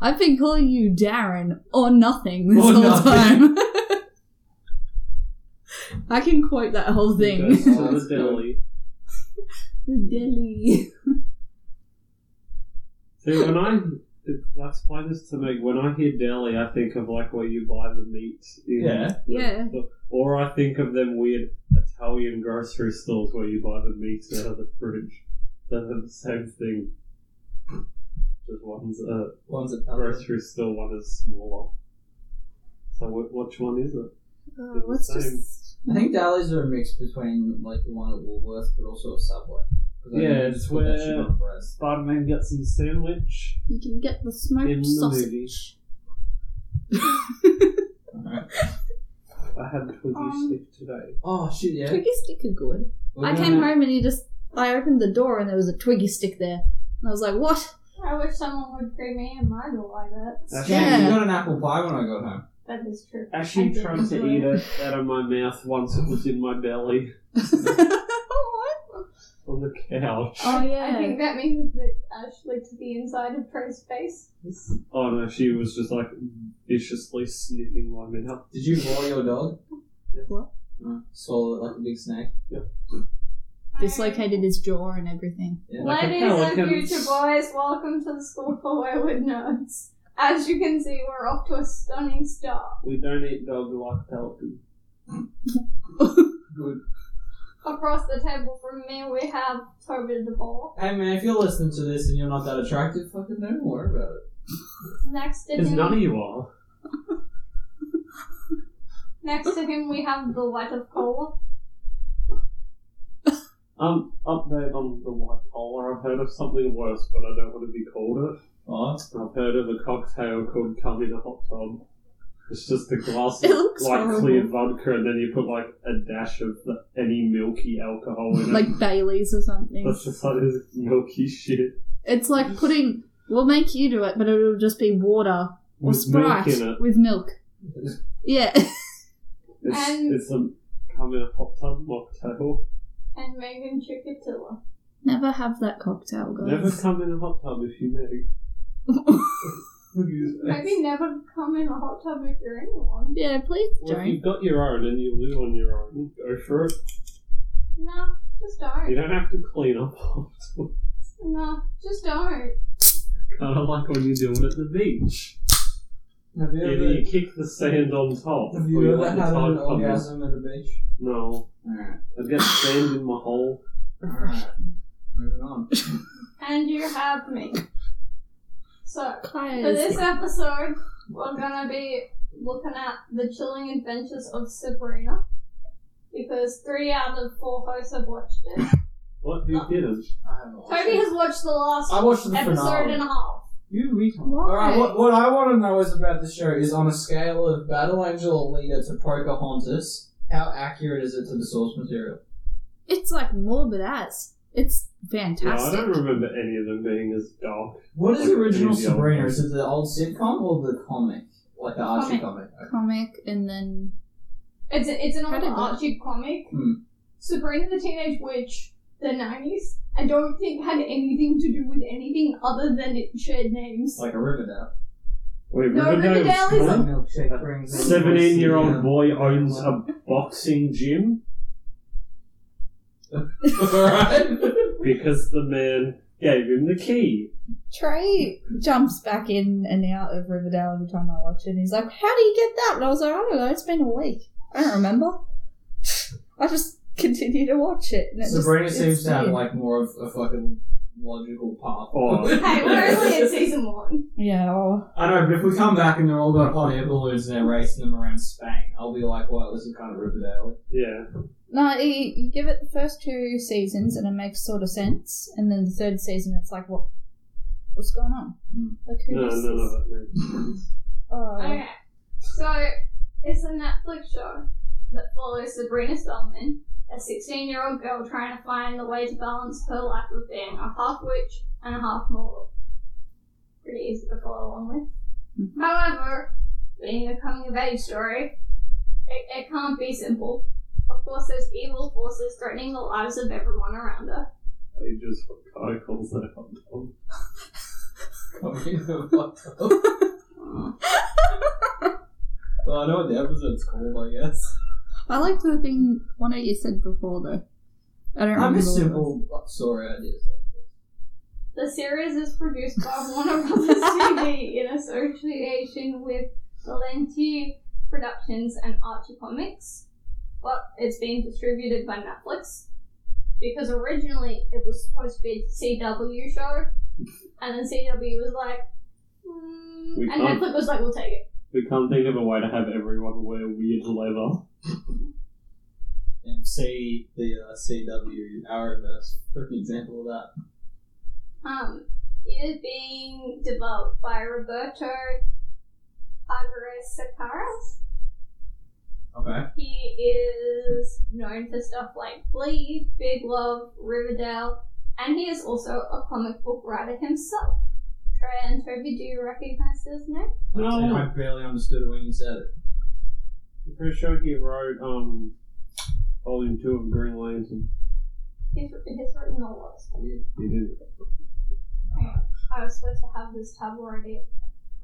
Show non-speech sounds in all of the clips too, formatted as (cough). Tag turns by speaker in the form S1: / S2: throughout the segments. S1: I've been calling you Darren or nothing this
S2: Or
S1: whole
S2: nothing.
S1: time. (laughs) I can quote that whole thing. (laughs)
S2: That's all
S3: To the
S2: it's
S3: deli.
S1: the deli.
S3: See, when I I explain this to me, when I hear deli, I think of like where you buy the meat. In
S2: Yeah.
S3: the-
S1: Yeah.
S3: Or I think of them weird Italian grocery stores where you buy the meat out of the fridge. That are the same thing. Just one's a
S2: One's a grocery.
S3: grocery store, one is smaller. So wh- which one is it?
S1: Oh, let's just.
S2: I think delis are a mix between like the one at Woolworths, but also a Subway. 'Cause I
S3: Yeah,
S2: think they just
S3: it's
S2: put that shit
S3: where-
S2: on breads.
S3: Spider Man gets his sandwich.
S1: You can get the
S3: In
S1: smoked
S3: the
S1: Mm-hmm. sausage.
S2: Alright.
S3: I had twiggy
S1: Um,
S3: stick today.
S2: Oh shit, yeah.
S1: Twiggy stick are good.
S2: We're
S1: I
S2: gonna-
S1: came home and he just. I opened the door and there was a Twiggy stick there. And I was like, what? (laughs)
S4: I wish someone would bring me in my door like that.
S3: That's
S2: Actually,
S1: Yeah.
S2: You got an apple pie when I got home.
S4: That is true.
S3: Actually,
S4: I
S3: tried to
S4: didn't
S3: eat
S4: do
S3: it out of my mouth once it was in my belly on the couch.
S1: Oh,
S4: I
S1: yeah.
S4: think that means that Ash looked at the inside of Pro's face.
S3: Oh no, she was just like viciously sniffing my mouth.
S2: Did you blow your dog?
S3: Yeah.
S1: What?
S2: Uh, swallow it like a big snake.
S1: Dislocated his jaw and everything.
S2: Yeah.
S3: Like-
S4: Ladies
S3: Yeah,
S4: and
S3: like, um,
S4: future boys, welcome to the School for Wayward Nerds. As you can see, we're off to a stunning start.
S3: We don't eat dog like pelican.
S2: Good.
S4: Across the table from me, we have Toby DeBall.
S2: Hey man, if you're listening to this and you're not that attractive, fucking don't worry about it.
S4: Next to
S3: Because none of
S4: him,
S3: you are.
S4: next to him, we have the White of Cola.
S3: Um, update on the white collar. I've heard of something worse, but I don't want to be called it.
S2: Oh,
S3: I've heard of a cocktail called "Come in a Hot Tub." It's just a
S1: (laughs)
S3: glass
S1: It
S3: of
S1: looks
S3: like
S1: horrible.
S3: clear vodka, and then you put like a dash of the, any milky alcohol in
S1: (laughs)
S3: it.
S1: Like Bailey's or something.
S3: That's just like this milky shit.
S1: It's like putting. We'll make you do it, but it'll just be water or
S3: With
S1: Sprite
S3: milk in it.
S1: with
S3: (laughs)
S1: milk. Yeah. (laughs)
S3: It's,
S4: And-
S3: it's a come in a hot tub mocktail.
S4: and Megan Chikatilla.
S1: Never have that cocktail,
S3: Never
S1: guys.
S3: come in a hot tub if you
S2: (laughs)
S3: may.
S4: Maybe never come in a hot tub if you're anyone.
S1: (laughs) yeah, please
S3: Well, if
S1: don't.
S3: you've got your own and you live on your own, go for it.
S4: No, just
S3: You
S4: don't.
S3: don't have to clean up (laughs) after.
S4: No, just don't.
S3: Kind of like when you do it at the beach.
S2: Have you
S3: Either you kick the sand on top,
S2: Have
S3: or
S2: you ever had
S3: let the
S2: an
S3: tide come in.
S2: orgasm at a beach?
S3: No,
S2: Alright.
S3: I've got sand in my hole.
S2: Alright. Moving on.
S4: And you have me. So, for
S1: Guys.
S4: this episode, we're gonna be looking at the chilling adventures of Sabrina. Because three out of four hosts have watched it.
S1: (laughs)
S3: What? Who didn't?
S2: I haven't watched
S4: Toby
S2: it.
S4: has watched the last
S2: I watched the
S4: episode
S2: finale.
S4: and a half.
S2: You retard.
S1: (laughs) Why?
S2: Alright, what, what I want to know is about the show is on a scale of Battle Angel Alita to Pocahontas, how accurate is it to the source material?
S1: It's like morbid as. It's
S3: No, I don't
S1: fantastic.
S3: remember any of them being as dark.
S2: What is the original
S3: Any of the old
S2: Sabrina?
S3: ones.
S2: Is it the old sitcom or the comic? Like the Archie comic.
S1: Comic and then.
S4: It's, a, it's an
S1: I
S4: old
S1: don't know.
S4: Archie comic.
S2: Hmm.
S4: Sabrina the Teenage Witch, the 90s, I don't think had anything to do with anything other than it shared names.
S2: Like a Riverdale.
S3: Wait,
S4: No, Riverdale is
S3: Riverdale's
S2: milkshake brings
S3: Seventeen-year-old boy owns a boxing gym
S2: Alright.
S3: because the man gave him the key.
S1: Trey jumps back in and out of Riverdale every time I watch it. And he's like, How do you get that? And I was like, I don't know. It's been a week. I don't remember. (laughs) I just (laughs) continue to watch it. And it
S2: Sabrina
S1: just,
S2: seems
S1: it's
S2: to have
S1: weird.
S2: like more of a fucking logical path. (laughs)
S3: Oh.
S4: hey, we're only in season one.
S1: Yeah, oh.
S2: I know, but if we come back and they're all got hot air balloons and they're racing them around Spain, I'll be like, well, this is kind of Riverdale.
S3: Yeah,
S1: No, you, you give it the first two seasons and it makes sort of sense, and then the third season it's like, what, what's going on?
S2: Mm.
S1: Like who
S3: no,
S1: is
S3: none
S1: this?
S3: of it. no.
S1: Oh,
S4: Okay, so it's a Netflix show that follows Sabrina Spellman, a 16 year old girl trying to find the way to balance her life of being a half witch and a half mortal. Pretty easy to follow along with.
S1: Mhm.
S4: However, being a coming of age story, it, it can't be simple. Of course, there's evil forces threatening the lives of everyone around her.
S3: They just put icons there on top.
S2: coming the fuck up. well, I know what the episode's called, I guess.
S1: I liked the thing one of you said before though. I don't
S2: I'm
S1: remember. what
S2: a
S1: it
S2: simple story ideas like this.
S4: The series is produced by Warner Brothers TV in association with Valenti Productions and Archie Comics, but it's being distributed by Netflix because originally it was supposed to be a CW show, and then CW was like, mm,
S3: We
S4: and
S3: can't.
S4: Netflix was like, we'll take it.
S3: We can't think of a way to have everyone wear weird leather.
S2: And say the uh, CW Arrowverse, for an example of that.
S4: Um, it is being developed by Roberto Alvarez Sacaras.
S2: Okay.
S4: He is known for stuff like Glee, Big Love, Riverdale, and he is also a comic book writer himself. Trey and Toby, do you recognize his name?
S3: No.
S2: I barely understood it when you said it.
S3: I'm pretty sure he wrote um, Volume 2 of Green Lantern.
S4: He's, he's written the last
S2: Weird.
S3: He did.
S4: I was supposed to have this tab already,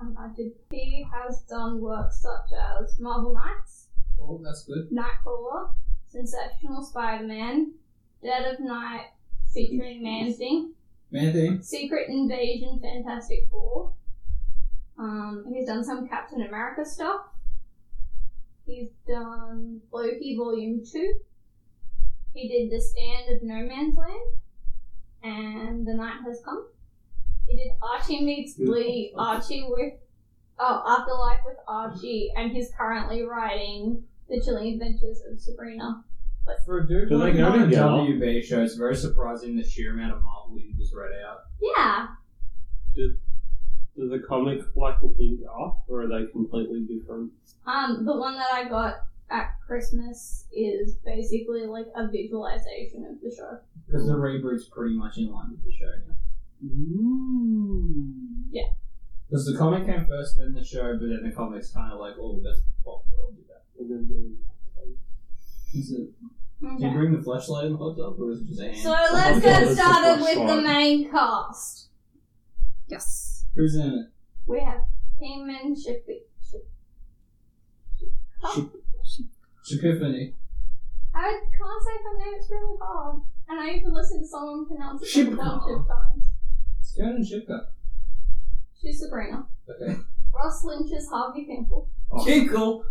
S4: and I did. He has done work such as Marvel Knights,
S2: Oh, that's good.
S4: Nightcrawler, Sensational Spider-Man, Dead of Night featuring Man Thing,
S2: Man thing.
S4: Secret Invasion, Fantastic Four. Um, he's done some Captain America stuff. He's done Loki Volume 2. He did The Stand of No Man's Land. And The Night Has Come. He did Archie Meets Glee, Archie with. Oh, Afterlife with Archie, and he's currently writing The Chilling Adventures of Sabrina.
S2: For a dude
S3: Do
S2: like
S3: they go
S2: on a
S3: together?
S2: WB show, it's very surprising the sheer amount of Marvel you just read out.
S4: Yeah,
S3: Does the comic like link up, or are they completely different?
S4: Um, the one that I got at Christmas is basically like a visualization of the show.
S2: Because the reboot's pretty much in line with the show now.
S4: Yeah.
S2: Because the comic came first, then the show, but then the comic's kind of like, oh, that's popular, I'll do that.
S3: And then they-
S2: Is it, did you
S4: Okay.
S2: bring the flashlight in the hot tub, or is it just a hand?
S4: So let's get
S3: Okay,
S4: started
S3: let's
S4: with
S3: go
S4: the main cast.
S1: was. Yes.
S2: Who's in it?
S4: We have Heyman Shippy. Ship-
S2: Shipifany.
S4: I can't say her name, it's really hard. And I even listened to someone pronounce it like a
S2: Shipka.
S4: bunch of times.
S2: It's Karen Shipka.
S4: She's Sabrina.
S2: Okay.
S4: Ross Lynch is Harvey Kinkle.
S2: Oh. Kinkle!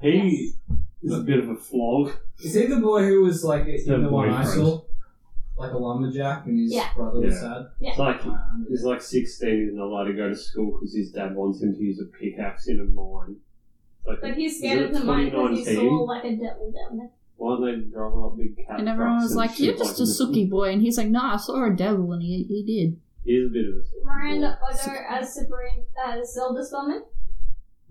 S3: He is a bit of a flog.
S2: Is he the boy who was like in
S3: her
S2: the one I
S3: boyfriend.
S2: saw? Like a lumberjack, and his
S4: Yeah.
S2: brother was
S3: Yeah.
S2: sad?
S3: It's like
S2: Um,
S3: he's like 16. He's not allowed to go to school because his dad wants him to use a pickaxe in a mine. It's Like,
S4: But he's
S3: is
S4: scared
S3: it
S4: of the mine because he saw
S3: 2019?
S4: like a devil down there.
S3: Why are they driving up big cat
S1: And everyone
S3: trucks
S1: was
S3: and
S1: like,
S3: shit
S1: "You're just a
S3: this?"
S1: sucky boy," and he's like, "Nah, I saw a devil," and he he did.
S3: He is a bit of a sucky
S4: Miranda
S3: boy.
S4: Otto as Sabrina as Zelda Spellman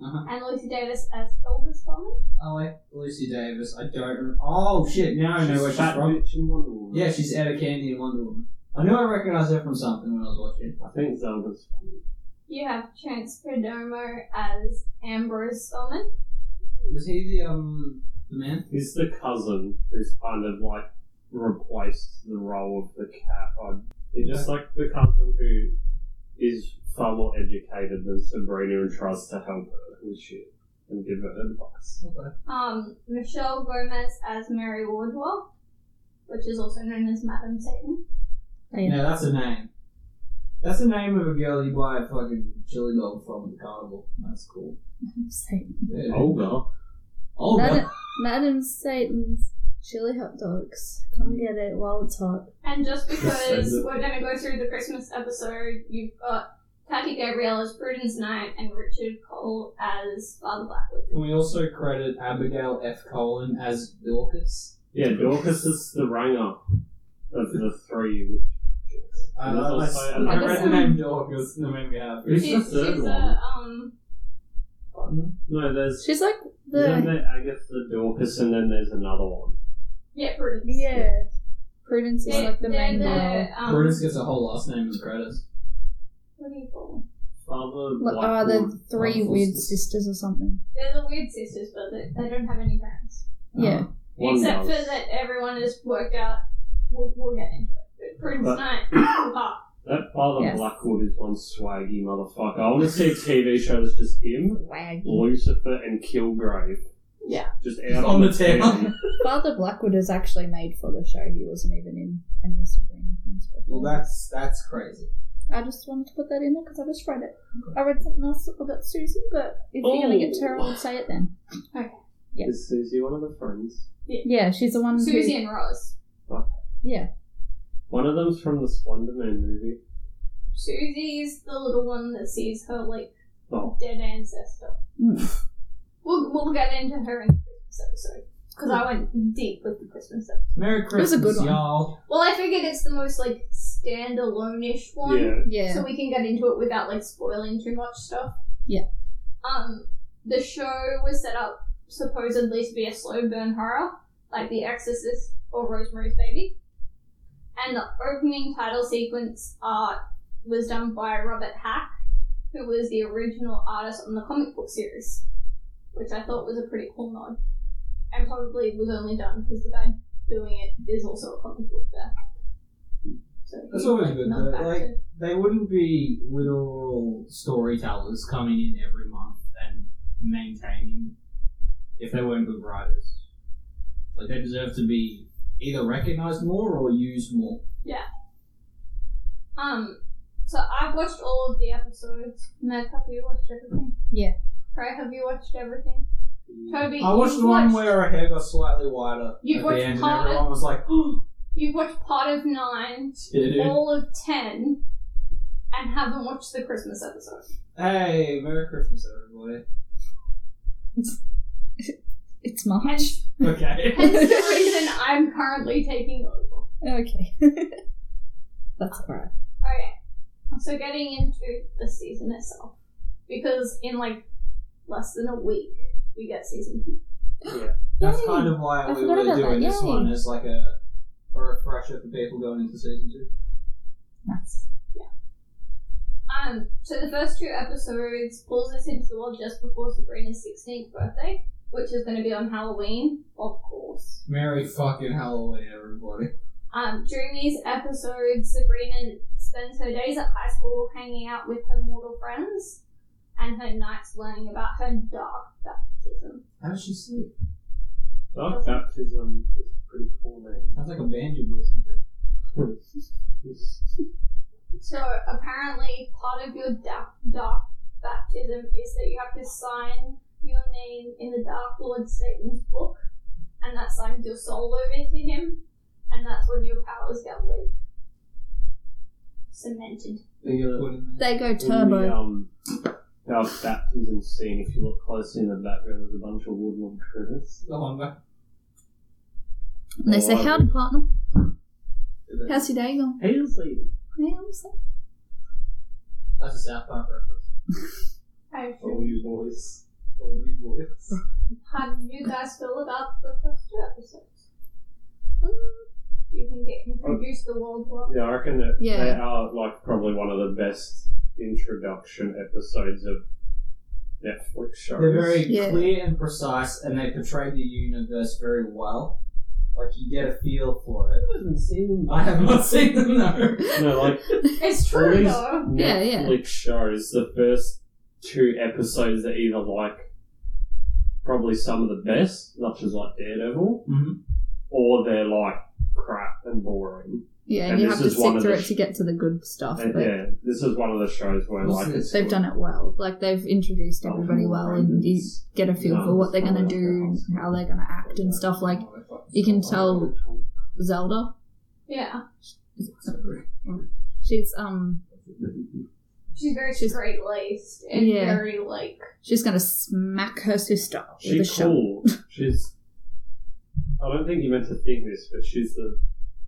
S2: uh-huh.
S4: and Lucy Davis as Zelda Spellman.
S2: I like Lucy Davis. I don't rem Oh shit, now I know where she's
S3: fat
S2: from.
S3: bitch in Wonder Woman.
S2: Yeah, she's Etta Candy in Wonder Woman. I knew I recognised her from something when I was watching.
S3: I think Zelda's funny.
S4: You have Chance Perdomo as Ambrose Spellman.
S2: Was he the um the man?
S3: He's the cousin who's kind of like replaced the role of the cat. On he's just like the cousin who is far more educated than Sabrina and tries to help her with shit and give her advice.
S2: Okay.
S4: Um, Michelle Gomez as Mary Wardwell, which is also known as Madame Satan.
S2: No, that's a name. That's the name of a girl you buy a fucking chili dog from at the carnival. That's cool.
S1: Satan.
S2: Yeah. Oh,
S3: Olga.
S1: Madam,
S2: Olga.
S1: Madam Satan's chili hot dogs. Come get it while it's hot.
S4: And just
S3: Yes,
S4: because
S3: and-
S4: we're going to go through the Christmas episode, you've got Patty Gabrielle as Prudence Knight and Richard Cole as Father Blackwood.
S2: Can we also credit Abigail F. Colin as Dorcas?
S3: Yeah, Dorcas is the ringer of the three witch chicks.
S2: I,
S3: And there's
S2: I,
S3: also
S2: I,
S3: another-
S2: read the name Dorcas and it made me happy.
S3: Who's the
S4: She's,
S3: third
S4: she's
S3: one?
S4: a um,
S3: No, there's
S1: She's like
S3: then
S1: the
S3: there, I guess the Dorcas, and then there's another one.
S4: yeah Prudence.
S1: yeah. Prudence is
S4: They're-
S1: like the
S4: they're
S1: main girl.
S4: um,
S2: Brutus gets a whole last name in the credits.
S4: What do you call them?
S3: Father
S1: Like,
S3: Blackwood.
S1: are uh, the three
S2: Blackwood
S1: weird
S2: sisters.
S1: sisters or something?
S4: They're the weird sisters, but they, they don't have any parents.
S2: Uh-huh.
S1: Yeah.
S3: One
S4: Except
S3: does.
S4: for that everyone has worked out. We'll, we'll get into it. But Prudence
S3: But-
S4: Knight. Ah,
S3: That Father
S1: Yes.
S3: Blackwood is one swaggy motherfucker. I want to see a TV show that's just him,
S1: Waggy.
S3: Lucifer, and Kilgrave.
S4: Yeah.
S3: Just
S2: Just
S3: out
S2: on
S3: on
S2: the town.
S1: Father Blackwood is actually made for the show. He wasn't even in any of Sabrina things before.
S2: Well, that's that's crazy.
S1: I just wanted to put that in there because I just read it. I read something else about Susie, but if you're going to get to her, I'll say it then. (laughs) Yeah.
S3: Is Susie one of the friends?
S1: Yeah, she's the one
S4: Susie and Rose.
S1: who. Yeah.
S3: One of them's from the Slender Man movie.
S4: Susie's the little one that sees her like
S3: Oh.
S4: dead ancestor.
S1: Mm.
S4: We'll, we'll get into her in the Christmas episode because I went deep with the Christmas episode.
S2: Merry
S1: was a
S2: Christmas,
S1: good one.
S2: y'all.
S4: Well, I figured it's the most like standalone-ish one.
S3: Yeah.
S1: Yeah.
S4: so we can get into it without like spoiling too much stuff.
S1: Yeah.
S4: Um, the show was set up supposedly to be a slow burn horror, like The Exorcist or Rosemary's Baby, and the opening title sequence art was done by Robert Hack, who was the original artist on the comic book series, which I thought was a pretty cool nod, and probably was only done because the guy doing it is also a comic book guy. So
S2: That's
S4: he,
S2: always
S4: like,
S2: good,
S4: nods
S2: though,
S4: back
S2: like-
S4: to-
S2: They wouldn't be literal storytellers coming in every month and maintaining if they weren't good writers. Like they deserve to be either recognized more or used more.
S4: Um, so I've watched all of the episodes. Meg, have you watched everything?
S1: Yeah.
S4: Trey, have you watched everything? Toby,
S2: I watched
S4: you've
S2: the one
S4: watched,
S2: where her hair got slightly wider
S4: You've
S2: at
S4: watched
S2: the end, and
S4: Carter?
S2: everyone was like, (gasps) "Oh,
S4: you've watched part of nine,
S2: shit, dude.
S4: all of ten, and haven't watched the Christmas episode.
S2: Hey, Merry Christmas, everybody." (laughs)
S1: It's March.
S4: Hence,
S2: Okay.
S4: hence the reason I'm currently taking over.
S1: Okay. (laughs) That's alright.
S4: Okay, so getting into the season itself, because in like less than a week we get season two.
S2: That's
S1: Yay.
S2: kind of why
S1: I
S2: we
S1: forgot
S2: were
S1: about
S2: doing
S1: that,
S2: this
S1: yay.
S2: one as like a a refresher for people going into season two.
S1: Nice.
S4: Um, so the first two episodes pulls us into the world just before Sabrina's 16th birthday, which is going to be on Halloween, of course.
S2: Merry fucking Halloween, everybody.
S4: Um, during these episodes, Sabrina spends her days at high school hanging out with her mortal friends and her nights learning about her dark baptism.
S2: How does she sleep?
S3: Dark Baptism is a pretty
S2: (laughs)
S3: cool name.
S2: Sounds like a banjo listen to.
S4: So apparently, part of your dark, dark baptism is that you have to sign your name in the Dark Lord Satan's book, and that signs your soul over to him, and that's when your powers get like cemented.
S2: Put in there.
S1: They go
S3: In the,
S1: turbo.
S3: um, Dark Baptism scene, if you look closely in the background, there's a bunch of woodland critters.
S2: Go on, back.
S1: And they say,
S3: Oh,
S1: Howdy, partner.
S2: Do that.
S1: How's your day going?
S3: He was leaving.
S1: Yeah, I'm saying.
S2: That's a South Park reference.
S4: I
S3: Oh, you boys.
S2: Oh, you boys.
S4: How did you guys feel about the first two episodes? Do you think it introduced the world war?
S3: Yeah, I reckon that
S1: Yeah.
S3: they are like probably one of the best introduction episodes of Netflix shows.
S2: They're very
S1: Yeah.
S2: clear and precise, and they portray the universe very well. Like, you get a feel for it. I have not (laughs) seen them, no.
S3: No, like
S4: (laughs) It's
S3: all
S4: true
S3: these
S4: though.
S1: (laughs)
S3: Netflix
S1: Yeah, yeah.
S3: shows, the first two episodes are either like probably some of the best, such as like Daredevil,
S2: Mhm.
S3: or they're like crap and boring.
S1: Yeah,
S3: And
S1: you
S3: this
S1: have to
S3: is one
S1: sit
S3: of
S1: through
S3: the
S1: it to get to the good stuff.
S3: And
S1: but
S3: yeah, this is one of the shows where
S2: What's
S3: like
S2: this?
S3: it's
S1: they've done it well. Like, they've introduced everybody well, and you get a feel for what they're going to do, and how they're going to act, and stuff. Like,
S3: Oh,
S1: you can tell Zelda,
S4: Yeah.
S1: she's, um,
S4: She's very
S1: She's-
S4: straight laced and
S1: Yeah.
S4: very like
S1: she's going to smack her sister with a
S3: She's
S1: shovel.
S3: cool.
S1: (laughs)
S3: She's. I don't think you meant to think this, but she's the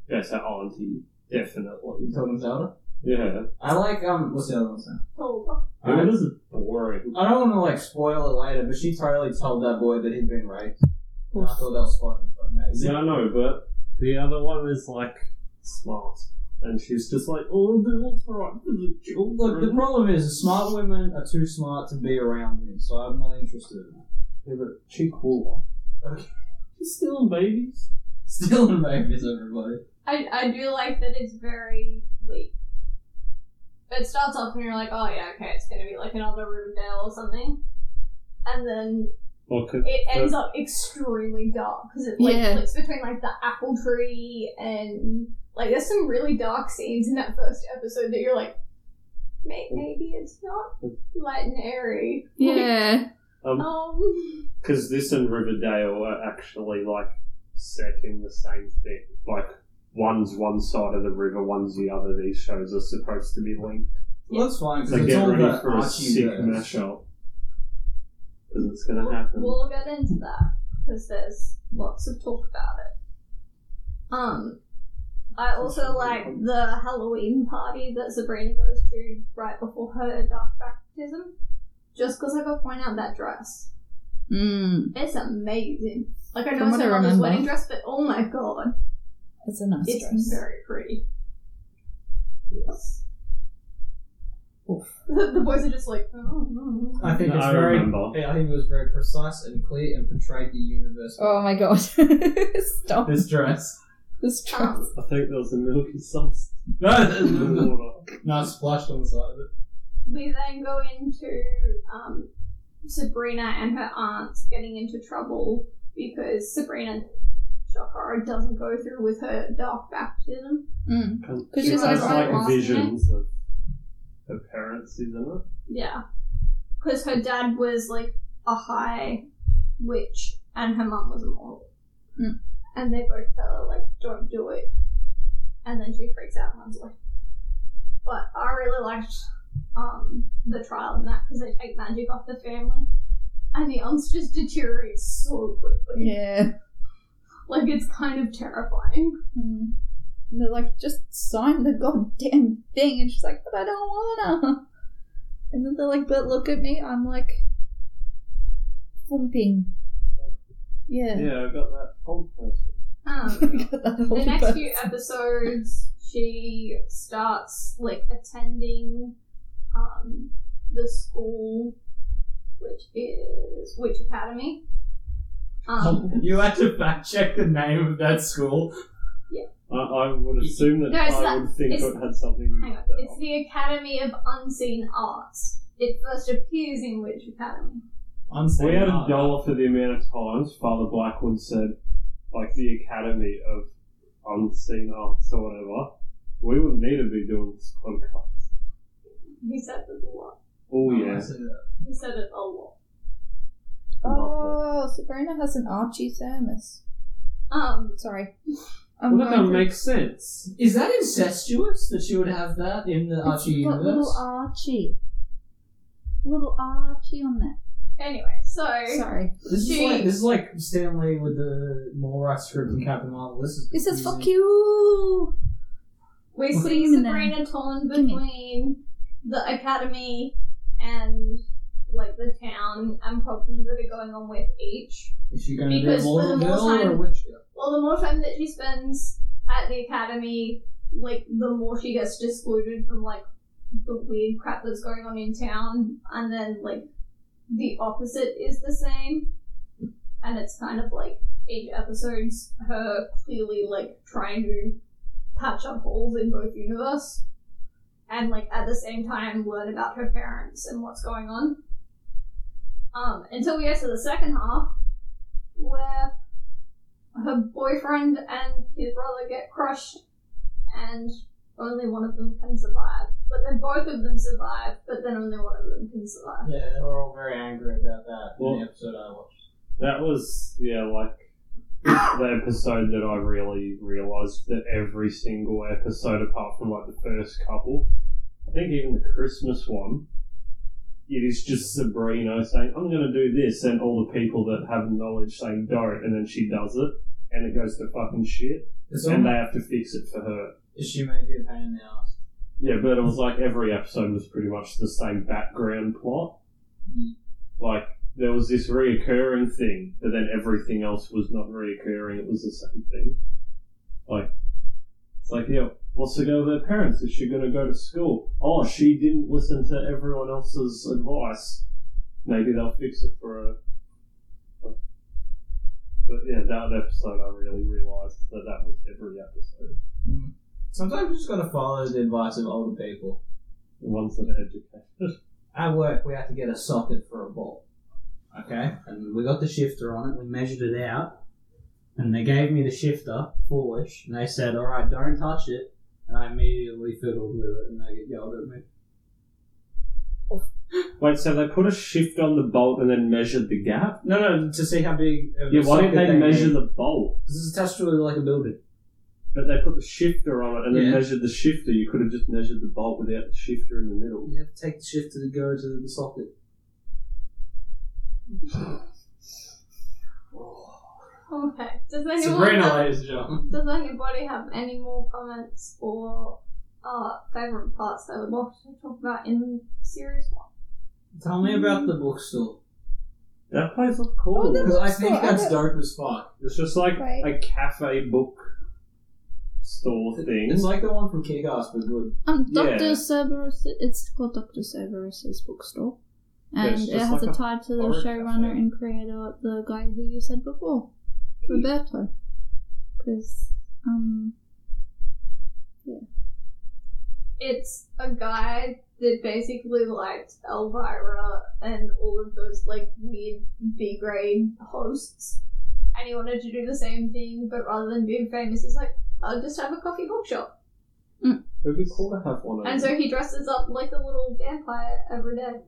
S3: better auntie, definitely.
S2: You talking Zelda?
S3: Yeah.
S2: I like, um, what's the other one's name?
S4: told
S2: I
S3: Who is boring?
S2: I don't want to like spoil it later, but she totally told that boy that he'd been raped. And I thought that was fucking amazing.
S3: Yeah, I know, but the other one is like smart, and she's just like, "Oh, I'll do what's right for the children."
S2: Look, the problem is smart women are too smart to be around me, so I'm not interested. in that.
S3: yeah, but she cool.
S2: Okay.
S3: She's stealing babies.
S2: (laughs) Still in babies, everybody.
S4: I, I do like that it's very like But it starts off and you're like, oh yeah, okay, it's gonna be like another Riverdale or something. And then
S3: Or could,
S4: it ends up extremely dark because it like
S1: Yeah.
S4: flips between like the apple tree and like there's some really dark scenes in that first episode that you're like, May- maybe it's not light and airy.
S1: Yeah.
S3: um,
S4: Um,
S3: because this and Riverdale are actually like set in the same thing. Like one's one side of the river, one's the other. These shows are supposed to be linked.
S2: Well, that's fine because
S3: So
S2: it's
S3: get
S2: all
S3: ready
S2: about
S3: for a
S2: Archie
S3: sick
S2: verse.
S3: mashup because it's gonna
S4: we'll,
S3: happen.
S4: we'll get into that because there's lots of talk about it. Um, I also like the Halloween party that Sabrina goes to right before her dark baptism, just because I got to point out that dress.
S1: Mm.
S4: It's amazing. Like I know
S1: From
S4: it's
S1: what I
S4: her mother's
S1: remember.
S4: wedding dress, but oh my god,
S1: It's a nice
S4: it's
S1: dress.
S4: very pretty. (laughs)
S1: Yes. Oof.
S4: the boys are just like, oh,
S1: (laughs)
S4: mm, mm.
S2: I think
S3: No,
S2: it's
S3: I
S2: very.
S3: remember.
S2: Yeah, I think it was very precise and clear and portrayed
S1: (laughs)
S2: the universe.
S1: Oh my god. Stop
S2: This dress.
S1: this dress.
S4: Um,
S3: I think there was a milky substance in the
S2: no,
S3: water.
S2: (laughs) not splashed on the side of it.
S4: we then go into um, Sabrina and her aunts getting into trouble because Sabrina, shock horror, doesn't go through with her dark baptism.
S1: Mm.
S3: She
S1: Because she's
S3: has,
S1: like, I
S3: like
S4: lost it.
S3: visions of her parents, isn't it?
S4: Yeah, because her dad was like a high witch and her mum was a mortal,
S1: Mm.
S4: and they both tell her like, "Don't do it," and then she freaks out and runs away. But I really liked um, the trial and that because they take magic off the family, and the aunts just deteriorate so quickly.
S1: Yeah.
S4: Like it's kind of terrifying.
S1: Mm. And they're like, just sign the goddamn thing. And she's like, but I don't wanna. And then they're like, but look at me. I'm like, thumping. Yeah. (laughs)
S3: Yeah, I got that old person.
S4: Um, the
S1: the
S4: next few episodes, she starts like attending um, the school, which is Witch Academy.
S1: Oh.
S4: Um,
S2: You had to fact check the name of that school.
S3: I, I would assume that
S4: No, it's
S3: I
S4: that-
S3: would think
S4: it's-
S3: it had something.
S4: hang on,
S3: that-
S4: it's the Academy of Unseen Arts. It first appears in Witch Academy.
S2: Unseen
S3: we had a
S2: art.
S3: dollar for the amount of times Father Blackwood said, like the Academy of Unseen Arts or whatever. We wouldn't need to be doing this podcast.
S4: He said it a lot.
S3: Oh
S2: I
S3: yeah,
S2: see that.
S4: He said it a lot.
S1: Oh, Sabrina has an Archie thermos.
S4: Um,
S1: Sorry.
S3: well,
S1: I'm
S3: that
S1: going
S3: don't
S1: through-
S3: make sense.
S2: Is that incestuous that she would have that in the
S1: It's
S2: Archie
S1: got
S2: universe?
S1: little Archie. Little Archie on that.
S4: anyway, so
S1: Sorry.
S2: This is
S4: She-
S2: like this is like Stanley with the Morai script and Captain Marvel. This is
S1: It says
S2: confusing.
S1: fuck you.
S4: We
S1: What?
S4: see
S1: Give me that.
S4: Sabrina torn
S1: Give me.
S4: between the academy and like the town and problems that are going on with each.
S2: Is she going to be a
S4: Because for the
S2: mortal girl
S4: most
S2: or a
S4: time-
S2: witch girl?
S4: Well, the more time that she spends at the academy, like the more she gets excluded from like the weird crap that's going on in town, and then like the opposite is the same, and it's kind of like each episode's her clearly like trying to patch up holes in both universe, and like at the same time learn about her parents and what's going on. Um, until we get to the second half, where her boyfriend and his brother get crushed, and only one of them can survive. But then both of them survive, but then only one of them can survive.
S2: Yeah, they were all very angry about that in
S3: Well-
S2: the episode I watched.
S3: That was yeah, like (coughs) the episode that I really realized that every single episode, apart from like the first couple, I think even the Christmas one, it is just Sabrina saying, "I'm going to do this," and all the people that have knowledge saying, "Don't," and then she does it, and it goes to fucking shit,
S2: It's
S3: and they
S2: almost-
S3: have to fix it for her.
S2: is she maybe a pain in the ass?
S3: Yeah, but it was like every episode was pretty much the same background plot.
S2: Mm.
S3: Like there was this reoccurring thing, but then everything else was not reoccurring. It was the same thing. Like it's like yeah, what's the go with her parents? Is she gonna go to school? Oh, she didn't listen to everyone else's advice. Maybe they'll fix it for her. But yeah, that episode I really realised that that was every episode.
S2: Sometimes you just got to follow the advice of older people.
S3: The ones that are educated.
S2: At work, we had to get a socket for a bolt. Okay? And we got the shifter on it, we measured it out, and they gave me the shifter, foolish, and they said, alright, don't touch it. And I immediately fiddled with it, and they get yelled at me.
S3: Wait, so they put a shift on the bolt and then measured the gap?
S2: No, no, to see how big. of a
S3: Yeah, why didn't
S2: socket
S3: they measure
S2: made.
S3: the bolt?
S2: This is attached to like a building.
S3: But they put the shifter on it and then
S2: Yeah.
S3: measured the shifter. You could have just measured the bolt without the shifter in the middle.
S2: You have to take the shifter to go to the socket.
S4: Okay. Does anyone
S2: Sabrina,
S4: have,
S2: ladies and gentlemen.
S4: does anybody have any more comments or uh, favourite parts they would love to talk about in series one?
S2: Tell me about the bookstore.
S3: That place looked cool.
S1: Oh,
S2: Because I think
S1: Bookstore, I
S2: that's
S1: don't-
S2: dope as fuck.
S3: It's just like
S1: Right.
S3: a cafe book store thing.
S2: It's like the one from Kick Ass, but good.
S1: Um,
S3: Yeah.
S1: Doctor Cerberus. It's called Doctor Cerberus's bookstore,
S3: Yeah,
S1: and
S3: it's
S1: it
S3: just
S1: has
S3: like
S1: a
S3: a
S1: tie to the
S3: horror
S1: showrunner
S3: cafe.
S1: and creator, the guy who you said before, Roberto. Because um,
S4: It's a guy that basically liked Elvira and all of those like weird B grade hosts, and he wanted to do the same thing, but rather than being famous, he's like, I'll just have a coffee bookshop.
S3: It would be cool to have one
S4: And
S3: of them.
S4: so he dresses up like a little vampire every day.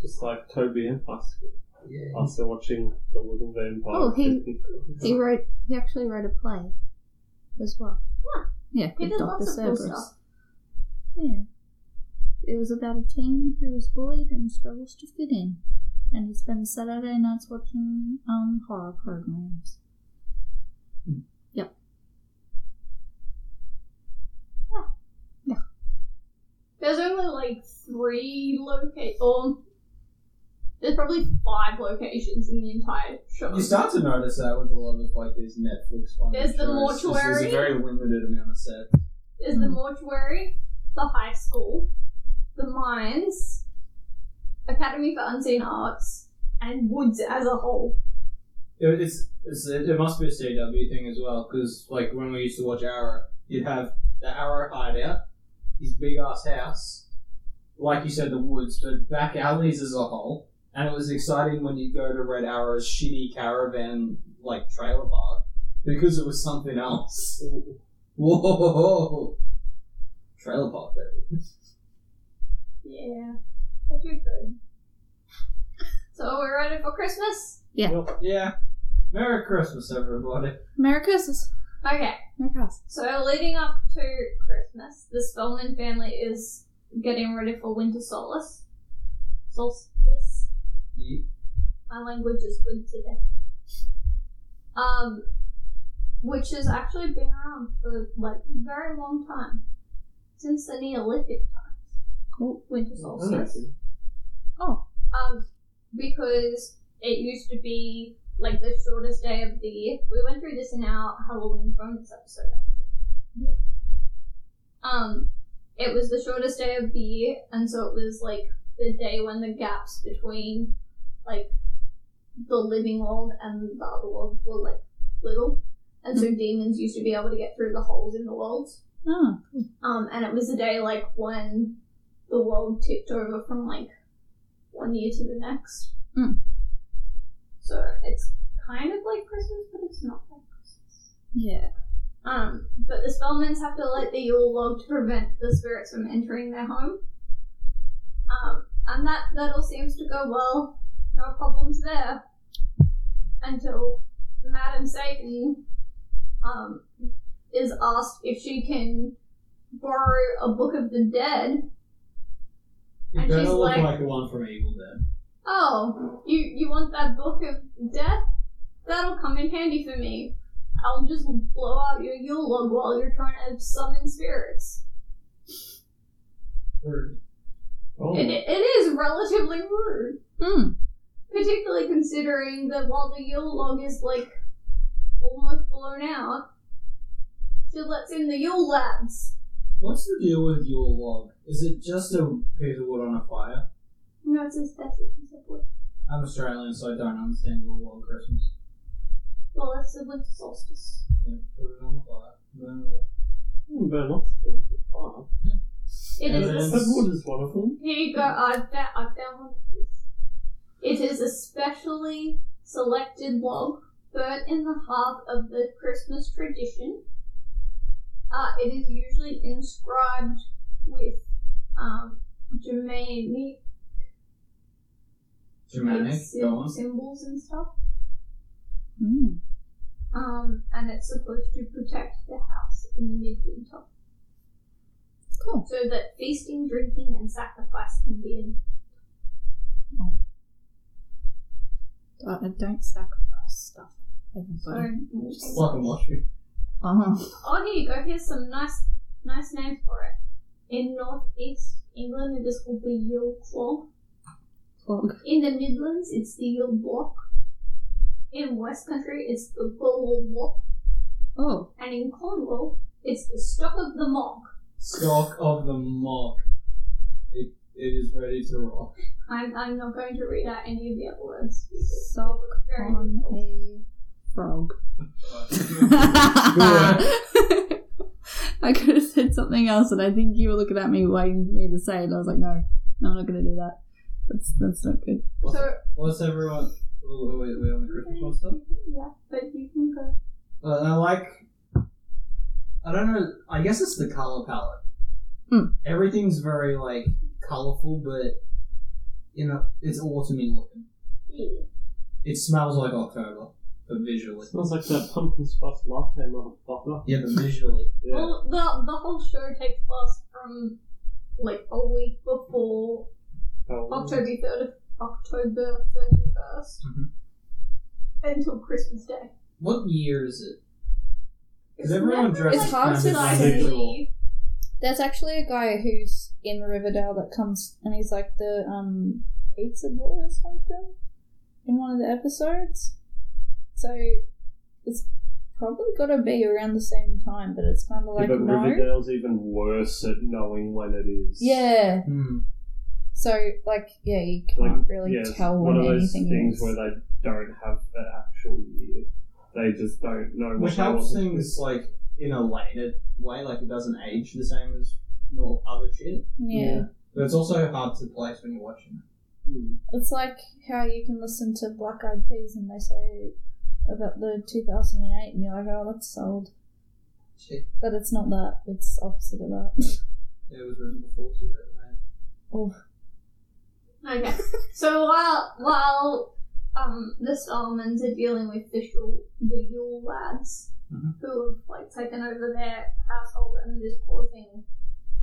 S3: Just like Toby and Pascal.
S2: Yeah.
S3: After watching The Little Vampire.
S1: Oh, he- he wrote. He actually wrote a play, as well.
S4: Yeah.
S1: Yeah,
S4: He
S1: called
S4: did
S1: Doctor
S4: lots of cool
S1: Cerberus.
S4: stuff.
S1: Yeah. It was about a teen who is bullied and struggles to fit in, and he spends Saturday nights watching um horror programs.
S4: There's only like three loca- or there's probably five locations in the entire show.
S2: You start to notice that with a lot of like these Netflix fun
S4: There's the
S2: shows, 'cause
S4: mortuary.
S2: There's a very limited amount of set.
S4: There's the
S1: Hmm.
S4: mortuary, the high school, the mines, Academy for Unseen Arts, and woods as a whole.
S2: It, it's, it's it must be a CW thing as well because like when we used to watch Arrow, you'd have the Arrow hideout, his big ass house, like you said, the woods, but back alleys as a whole. And it was exciting when you go to Red Arrow's shitty caravan like trailer park because it was something
S4: (laughs)
S2: else. Whoa, trailer park baby.
S4: Yeah, they do good. So we're ready for Christmas.
S2: Yeah. Merry Christmas, everybody.
S1: Merry Christmas.
S4: Okay,
S1: Merry Christmas.
S4: so leading up to Christmas, the Spellman family is getting ready for winter solace. Solstice.
S2: Ye-
S4: My language is good today. Um, which has actually been around for like a very long time, since the Neolithic times.
S1: Cool.
S4: Winter solstice.
S1: Oh.
S4: Um, because it used to be like the shortest day of the year. We went through this in our Halloween bonus episode. Actually. Um, it was the shortest day of the year, and so it was like the day when the gaps between like the living world and the other world were like little, and so demons used to be able to get through the holes in the worlds.
S1: Oh.
S4: Um, and it was a day like when the world tipped over from like one year to the next.
S1: Mm.
S4: So it's kind of like Christmas, but it's not like Christmas.
S1: Yeah.
S4: Um, but the Spellmans have to light the Yule log to prevent the spirits from entering their home. Um, and that, that all seems to go well. No problems there. Until Madam Satan um, is asked if she can borrow a book of the dead.
S2: It
S4: And
S2: better
S4: she's
S2: look
S4: like-
S2: like the one from Evil Dead.
S4: Oh, you, you want that book of death? That'll come in handy for me. I'll just blow out your Yule log while you're trying to summon spirits.
S2: Rude.
S3: Oh,
S4: It, it is relatively rude,
S1: Mm.
S4: particularly considering that while the Yule log is like almost blown out, she lets in the Yule lads.
S2: Oh, What's the deal with Yule log? Is it just a piece of wood on a fire?
S4: No, it's a special piece of wood.
S2: I'm Australian, so I don't understand Yule log Christmas.
S4: Well, that's the winter solstice.
S2: Yeah, put it on the fire. Burn it all.
S3: Burn off things with fire.
S4: It
S2: And
S4: is. a
S2: then-
S4: s-
S3: Squidward is one of them.
S4: Here you go. I found. I found one. It is a specially selected log burnt in the heart of the Christmas tradition. Uh, it is usually inscribed with um, Germanic
S2: Germanic,
S4: sy-
S2: go on.
S4: symbols and stuff.
S1: Mm.
S4: Um, and it's supposed to protect the house in the midwinter.
S1: Cool.
S4: So that feasting, drinking, and sacrifice can be in.
S1: Uh, I don't sacrifice stuff. Everybody.
S4: So,
S2: Fucking mushroom.
S1: Oh.
S4: Oh, here you go. Here's some nice, nice names for it. In northeast England, it is called the Yule Clog.
S1: Plug.
S4: In the Midlands, it's the Yule Block. In West Country, it's the Bull Walk.
S1: Oh.
S4: And in Cornwall, it's the Stock of the Mock.
S2: Stock of the mock. It, it is ready to rock. (laughs)
S4: I'm, I'm not going to read out any of the other words. because they
S1: Sock
S4: look very
S1: On
S4: difficult.
S1: a frog.
S2: Right.
S1: (laughs) I could have said something else, and I think you were looking at me waiting for me to say it. and I was like, no, no, I'm not going to do that. That's that's not good.
S2: what's,
S4: So,
S2: what's everyone? Oh, wait, we on the Christmas one still?
S4: yeah, but you can go.
S2: Well, Uh, and I like. I don't know. I guess it's the color palette.
S1: Hmm.
S2: Everything's very like colorful, but you know it's autumny looking.
S4: Yeah.
S2: It smells like October, but visually,
S3: Smells like that pumpkin spice latte, motherfucker.
S2: yeah, but visually,
S1: Oh,
S3: Yeah.
S4: Well, the, the whole show takes place from like a week before October
S2: Mm-hmm.
S4: third, October thirty
S2: Mhm. Mm-hmm.
S4: until Christmas Day.
S2: what year is it? Is
S4: It's
S2: everyone
S4: never,
S2: dressed
S1: It's hard
S2: kind
S1: to
S2: of like
S3: say.
S2: visual?
S1: There's actually a guy who's in Riverdale that comes and he's like the um pizza boy or something in one of the episodes. So it's probably got to be around the same time, but it's kind of
S3: Yeah,
S1: like
S3: but
S1: no.
S3: Riverdale's even worse at knowing when it is.
S1: Yeah.
S2: Hmm.
S1: So like yeah, you
S3: Like,
S1: can't really
S3: yeah, it's
S1: tell when
S3: one of those
S1: anything
S3: things
S1: is.
S3: where they don't have an actual year. They just don't know.
S2: Which
S3: what they
S2: helps
S3: want.
S2: things like in a later way, like it doesn't age the same as normal other shit.
S1: yeah.
S2: But it's also hard to place when you're watching. it.
S3: Hmm.
S1: It's like how you can listen to Black Eyed Peas and they say about the 2008 and you're like, oh, that's sold.
S2: Shit,
S1: But it's not that. It's opposite of that.
S2: it was written before 2008.
S4: Okay. so while while um the Solomons are dealing with the Yule, the Yule lads
S2: Mhm.
S4: who have like taken over their household and just causing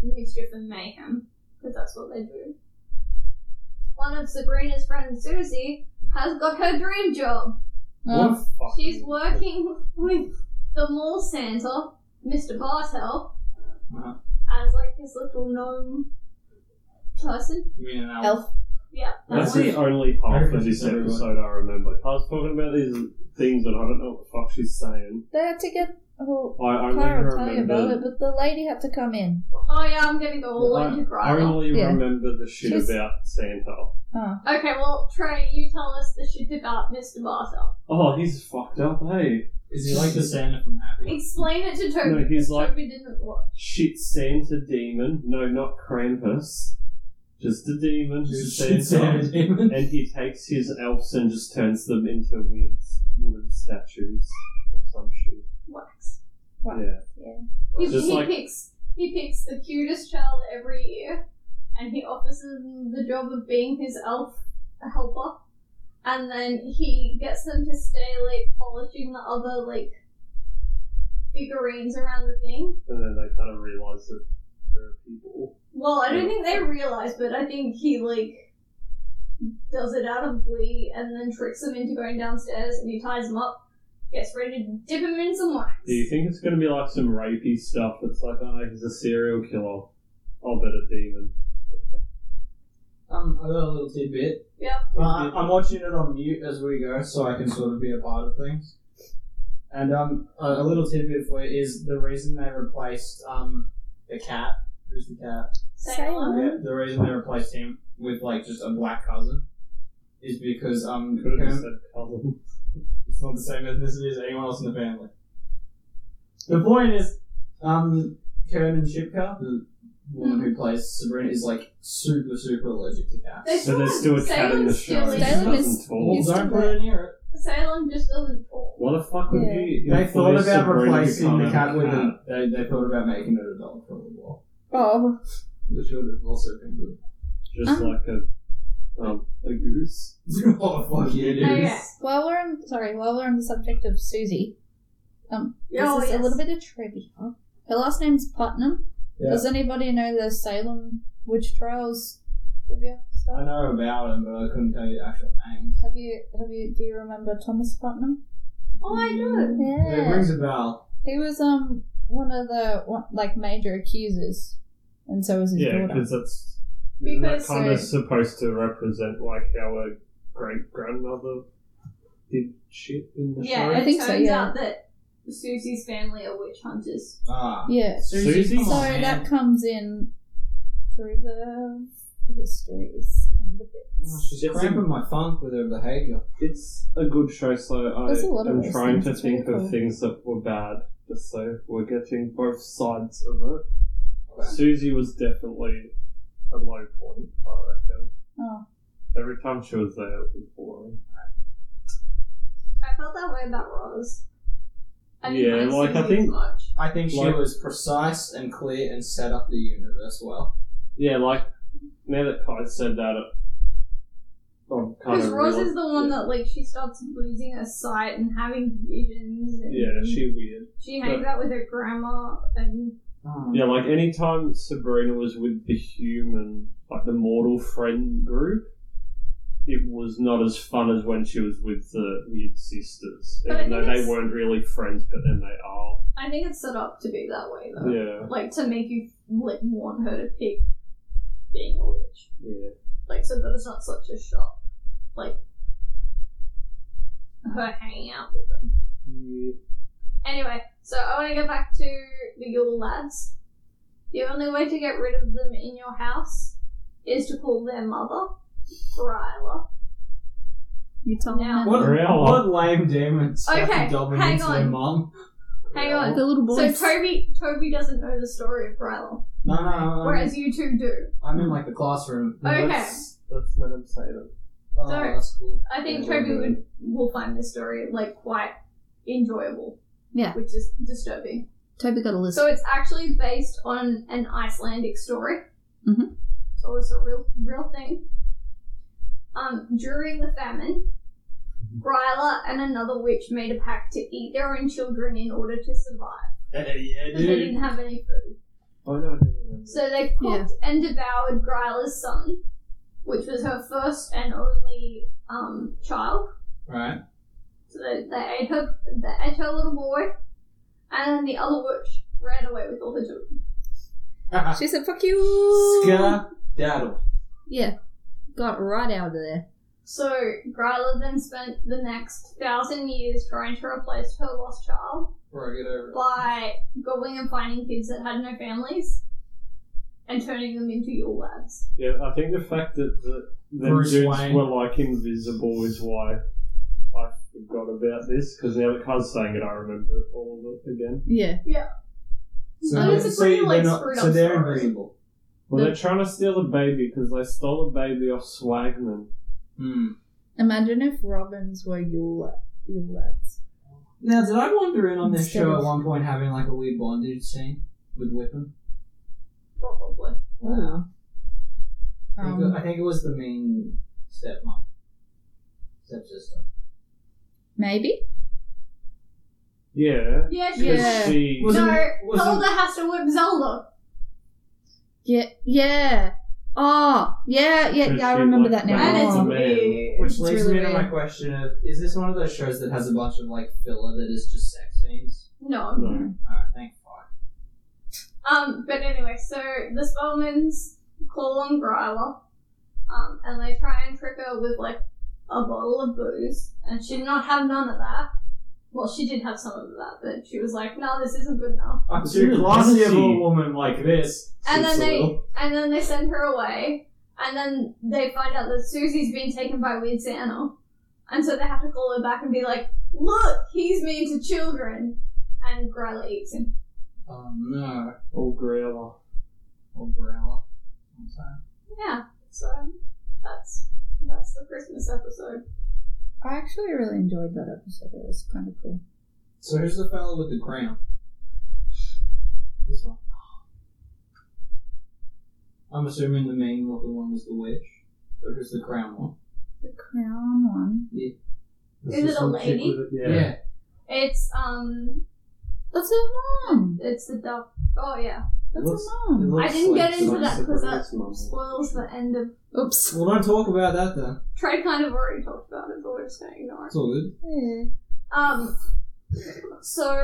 S4: mischief and mayhem because that's what they do. One of Sabrina's friends, Susie, has got her dream job.
S3: What a
S1: Oh,
S3: fucking-
S4: She's working with the mall Santa, Mr. Bartel,
S2: Uh-huh.
S4: as like his little gnome person.
S2: You mean an elf?
S1: elf.
S4: Yeah. that
S3: That's
S4: one.
S3: the only half of this
S2: Everyone.
S3: episode I remember. I was talking about these things and I don't know what the fuck she's saying.
S1: They had to get. Well,
S3: I only
S1: Clara will tell you about it,
S3: remember.
S1: but the lady had to come in.
S4: Oh yeah, I'm gonna go all
S3: I,
S4: into
S3: I
S4: Grotto.
S3: only
S1: Yeah.
S3: remember the shit
S1: She's-
S3: about Santa.
S1: Oh.
S4: Okay, well Trey, you tell us the shit about Mr. Bartel.
S3: Oh, he's fucked up, hey.
S2: Is he like the Santa from Happy?
S4: Explain it to Toby.
S3: No, he's
S4: 'cause
S3: like-
S4: Toby didn't watch.
S3: Shit Santa demon. No, not Krampus. Just a demon,
S2: Um,
S3: just a Santa.
S2: demon.
S3: and he takes his elves and just turns them into weird s- wooden statues or some shit.
S4: Wax.
S1: Wow.
S3: Yeah.
S1: Yeah.
S4: He,
S3: Just
S4: he
S3: like-
S4: picks he picks the cutest child every year, and he offers them the job of being his elf helper, and then he gets them to stay like polishing the other like figurines around the thing.
S3: And then they kind of realize that there are people.
S4: Well, I don't think they realize, but I think he like does it out of glee, and then tricks them into going downstairs, and he ties them up, gets ready to dip them in some wax.
S3: Do you think it's going to be like some rapey stuff that's like, oh no, he's a serial killer? I'll bet a demon.
S2: Um, I got a little tidbit.
S4: Yep.
S2: Uh, I- I'm watching it on mute as we go, so I can sort of be a part of things. And um, a a little tidbit for you is the reason they replaced um the cat. Who's the cat?
S4: Salem.
S1: Salem.
S2: Yeah, the reason they replaced him with like just a black cousin is because um
S3: Could have just
S2: Kerm-
S3: said cousin.
S2: it's not the same ethnicity as anyone else in the family. The point is um Kern and Shipka, the woman who plays Sabrina is like super, super allergic to cats.
S4: There's
S3: So there's still a cat in the
S4: Salem's
S3: show.
S4: still
S3: She's
S1: in- Salem
S3: not
S1: is-
S3: tall.
S1: is-
S2: don't put her near it.
S4: Salem just doesn't talk.
S3: What the fuck would
S1: Yeah.
S3: you?
S2: They
S3: if
S2: thought
S3: Lisa
S2: about
S3: Sabrina
S2: replacing
S3: become
S2: the cat with
S3: cat?
S2: a. They, they thought about making it a dog for a little while.
S1: Oh,
S2: Which would have also been (laughs) good.
S3: just
S1: Um.
S3: like a um, a goose.
S2: oh, fuck yeah, dude.
S4: Okay.
S1: while we're on, sorry, while we're on the subject of Susie,
S4: Oh,
S1: this is
S4: yes.
S1: a little bit of trivia. Her last name's Putnam.
S2: Yeah.
S1: Does anybody know the Salem witch trials trivia
S2: I
S1: stuff?
S2: know about him, but I couldn't tell you the actual names.
S1: Have you, have you, do you remember Thomas Putnam?
S4: Oh, I
S3: Mm.
S4: do.
S2: It rings a bell.
S1: He was um one of the one, like major accusers, and so was his
S3: Yeah,
S1: daughter.
S3: because that's isn't that
S4: Because,
S3: kind
S1: uh,
S3: of supposed to represent like how a great grandmother did shit in the
S4: Yeah,
S3: show.
S1: I
S4: it
S1: think so,
S4: turns
S1: yeah.
S4: out that Susie's family are witch hunters.
S2: Ah.
S1: Yeah.
S2: Susie,
S3: Susie?
S2: come
S1: so
S2: on, man.
S1: that comes in through the histories and the
S2: Oh,
S1: bits.
S2: she's cramping my funk with her behaviour.
S3: It's a good show, so I
S1: There's a lot of
S3: am
S1: those
S3: trying
S1: things,
S3: to
S1: it's really
S3: think
S1: cool.
S3: of things that were bad, just so we're getting both sides of it. Susie was definitely a low point, I reckon.
S1: Oh.
S3: Every time she was there, it was boring.
S4: I felt that way about Roz. I didn't
S3: Yeah, like, I
S4: Susie as
S3: think-
S4: Much.
S2: I think she
S3: Like-
S2: was precise and clear and set up the universe well.
S3: Yeah, like, now that Kai said that, it- I'm kind
S4: Because
S3: of.
S4: Rose
S3: reali-
S4: is the one that like she starts losing her sight and having visions. And
S3: Yeah, she weird.
S4: she hangs out with her grandma and
S2: Hmm.
S3: Yeah, like anytime Sabrina was with the human, like the mortal friend group, it was not as fun as when she was with the weird sisters.
S4: But I
S3: Even
S4: think
S3: though they
S4: it's-
S3: weren't really friends, but then they are.
S4: I think it's set up to be that way though.
S3: Yeah,
S4: Like to make you like want her to pick being a witch.
S3: yeah.
S4: Like so that it's not such a shock. Like her hanging out with them. Anyway, so I want to get back to the Yule lads. The only way to get rid of them in your house is to call their mother, Ryla.
S1: You tell
S4: Now-
S1: them
S2: What,
S3: Really?
S2: what lame demons
S4: Okay,
S2: fucking dominance
S4: hang
S2: their
S4: on.
S2: mum?
S4: Hang on.
S1: the little
S4: So
S1: boys.
S4: Toby, Toby doesn't know the story of Rylan,
S2: No, no, no. no,
S4: whereas you two do.
S2: I'm in like the classroom.
S4: Okay.
S3: Let's, let's let him say that.
S2: Oh,
S4: Sorry.
S2: that's cool.
S4: I think
S2: Yeah,
S4: Toby
S2: we're
S4: would will find this story like quite enjoyable.
S1: Yeah.
S4: which is disturbing.
S1: Toby got a list.
S4: So it's actually based on an Icelandic story.
S1: Mhm.
S4: So it's a real real thing. Um, during the famine, Gryla and another witch made a pact to eat their own children in order to survive
S2: yeah,
S4: because they didn't have any food.
S3: Oh no, I don't remember.
S4: So they cooked and devoured Gryla's son, which was her first and only um, child.
S2: Right. (laughs)
S4: So they, they ate her, they ate her little boy, and then the other witch ran away with all the children.
S1: she said, "Fuck you."
S2: Ah. Scar daddle.
S1: Yeah, got right out of there.
S4: So Gryla then spent the next thousand years trying to replace her lost child
S2: Before I get over it.
S4: by going and finding kids that had no families and turning them into Yule lads.
S3: Yeah, I think the fact that the, the
S2: Bruce
S3: dudes
S2: Wayne.
S3: were like invisible is why I forgot about this, because now that Kai's saying it, I remember all of it again.
S1: Yeah,
S2: So,
S1: But
S2: they-
S1: it's
S4: a
S2: so
S4: pretty, like,
S2: they're not-
S4: screwed
S2: so
S4: up
S2: they're
S4: story.
S2: invisible.
S3: Well,
S1: The-
S3: they're trying to steal a baby because they stole a baby off Swagman.
S2: Hmm.
S1: imagine if Robins were your your lads.
S2: Now, did I wander in on this
S1: Instead
S2: show at
S1: of-
S2: one point having like a weird bondage scene with Whipham?
S4: Probably.
S2: Wow. I think it- I
S1: Um,
S2: think it was the main stepmom, stepsister.
S1: maybe.
S3: Yeah.
S4: Yeah, she
S3: 'cause
S1: Yeah.
S3: She,
S2: Was-
S4: No,
S2: Wasn't-
S4: Zelda has to whip Zelda.
S1: Yeah, yeah. Oh, yeah, yeah,
S3: 'cause
S1: yeah. I
S3: she,
S1: remember
S3: like,
S1: that now.
S4: And
S2: Oh,
S4: it's
S3: went
S2: man.
S3: with the man.
S4: weird.
S2: Which
S1: It's
S2: leads
S1: really
S2: me to my
S1: weird.
S2: question of: Is this one of those shows that has a bunch of like filler that is just sex scenes?
S4: No.
S3: No.
S2: Alright, thank fuck.
S4: Um, but anyway, so the Spellmans call on Gryla, um, and they try and trick her with like a bottle of booze, and she did not have none of that. Well, she did have some of that, but she was like, "No, this isn't good enough."
S2: I'm
S3: too
S2: too
S3: classy
S2: classy of a woman like this.
S4: And then
S2: Sits a
S4: they,
S2: little.
S4: and then they send her away, and then they find out that Susie's been taken by Weird Santa, and so they have to call her back and be like, "Look, he's mean to children," and Gryla eats him.
S2: Oh no.
S3: Oh, Growler.
S2: or Brella. I'm saying.
S4: Yeah, so that's that's the Christmas episode.
S1: I actually really enjoyed that episode. It was kind of cool.
S2: So here's the fellow with the crown. This one. I'm assuming the main looking one was the witch, but here's the crown one.
S1: The crown one.
S4: Is it a lady?
S3: Yeah.
S2: Yeah.
S4: It's um,
S1: That's Hmm. her mom.
S4: it's the duck. Oh yeah,
S1: That's
S2: Looks-
S1: her mom.
S4: I didn't get into
S3: someone
S4: that
S3: said
S4: because
S3: that
S4: that
S3: it's mum.
S4: spoils the end of.
S1: Oops.
S2: Well, don't talk about that then.
S4: Trey kind of already talked about it, but we're just gonna ignore it.
S2: It's all good.
S1: Yeah.
S4: Um, so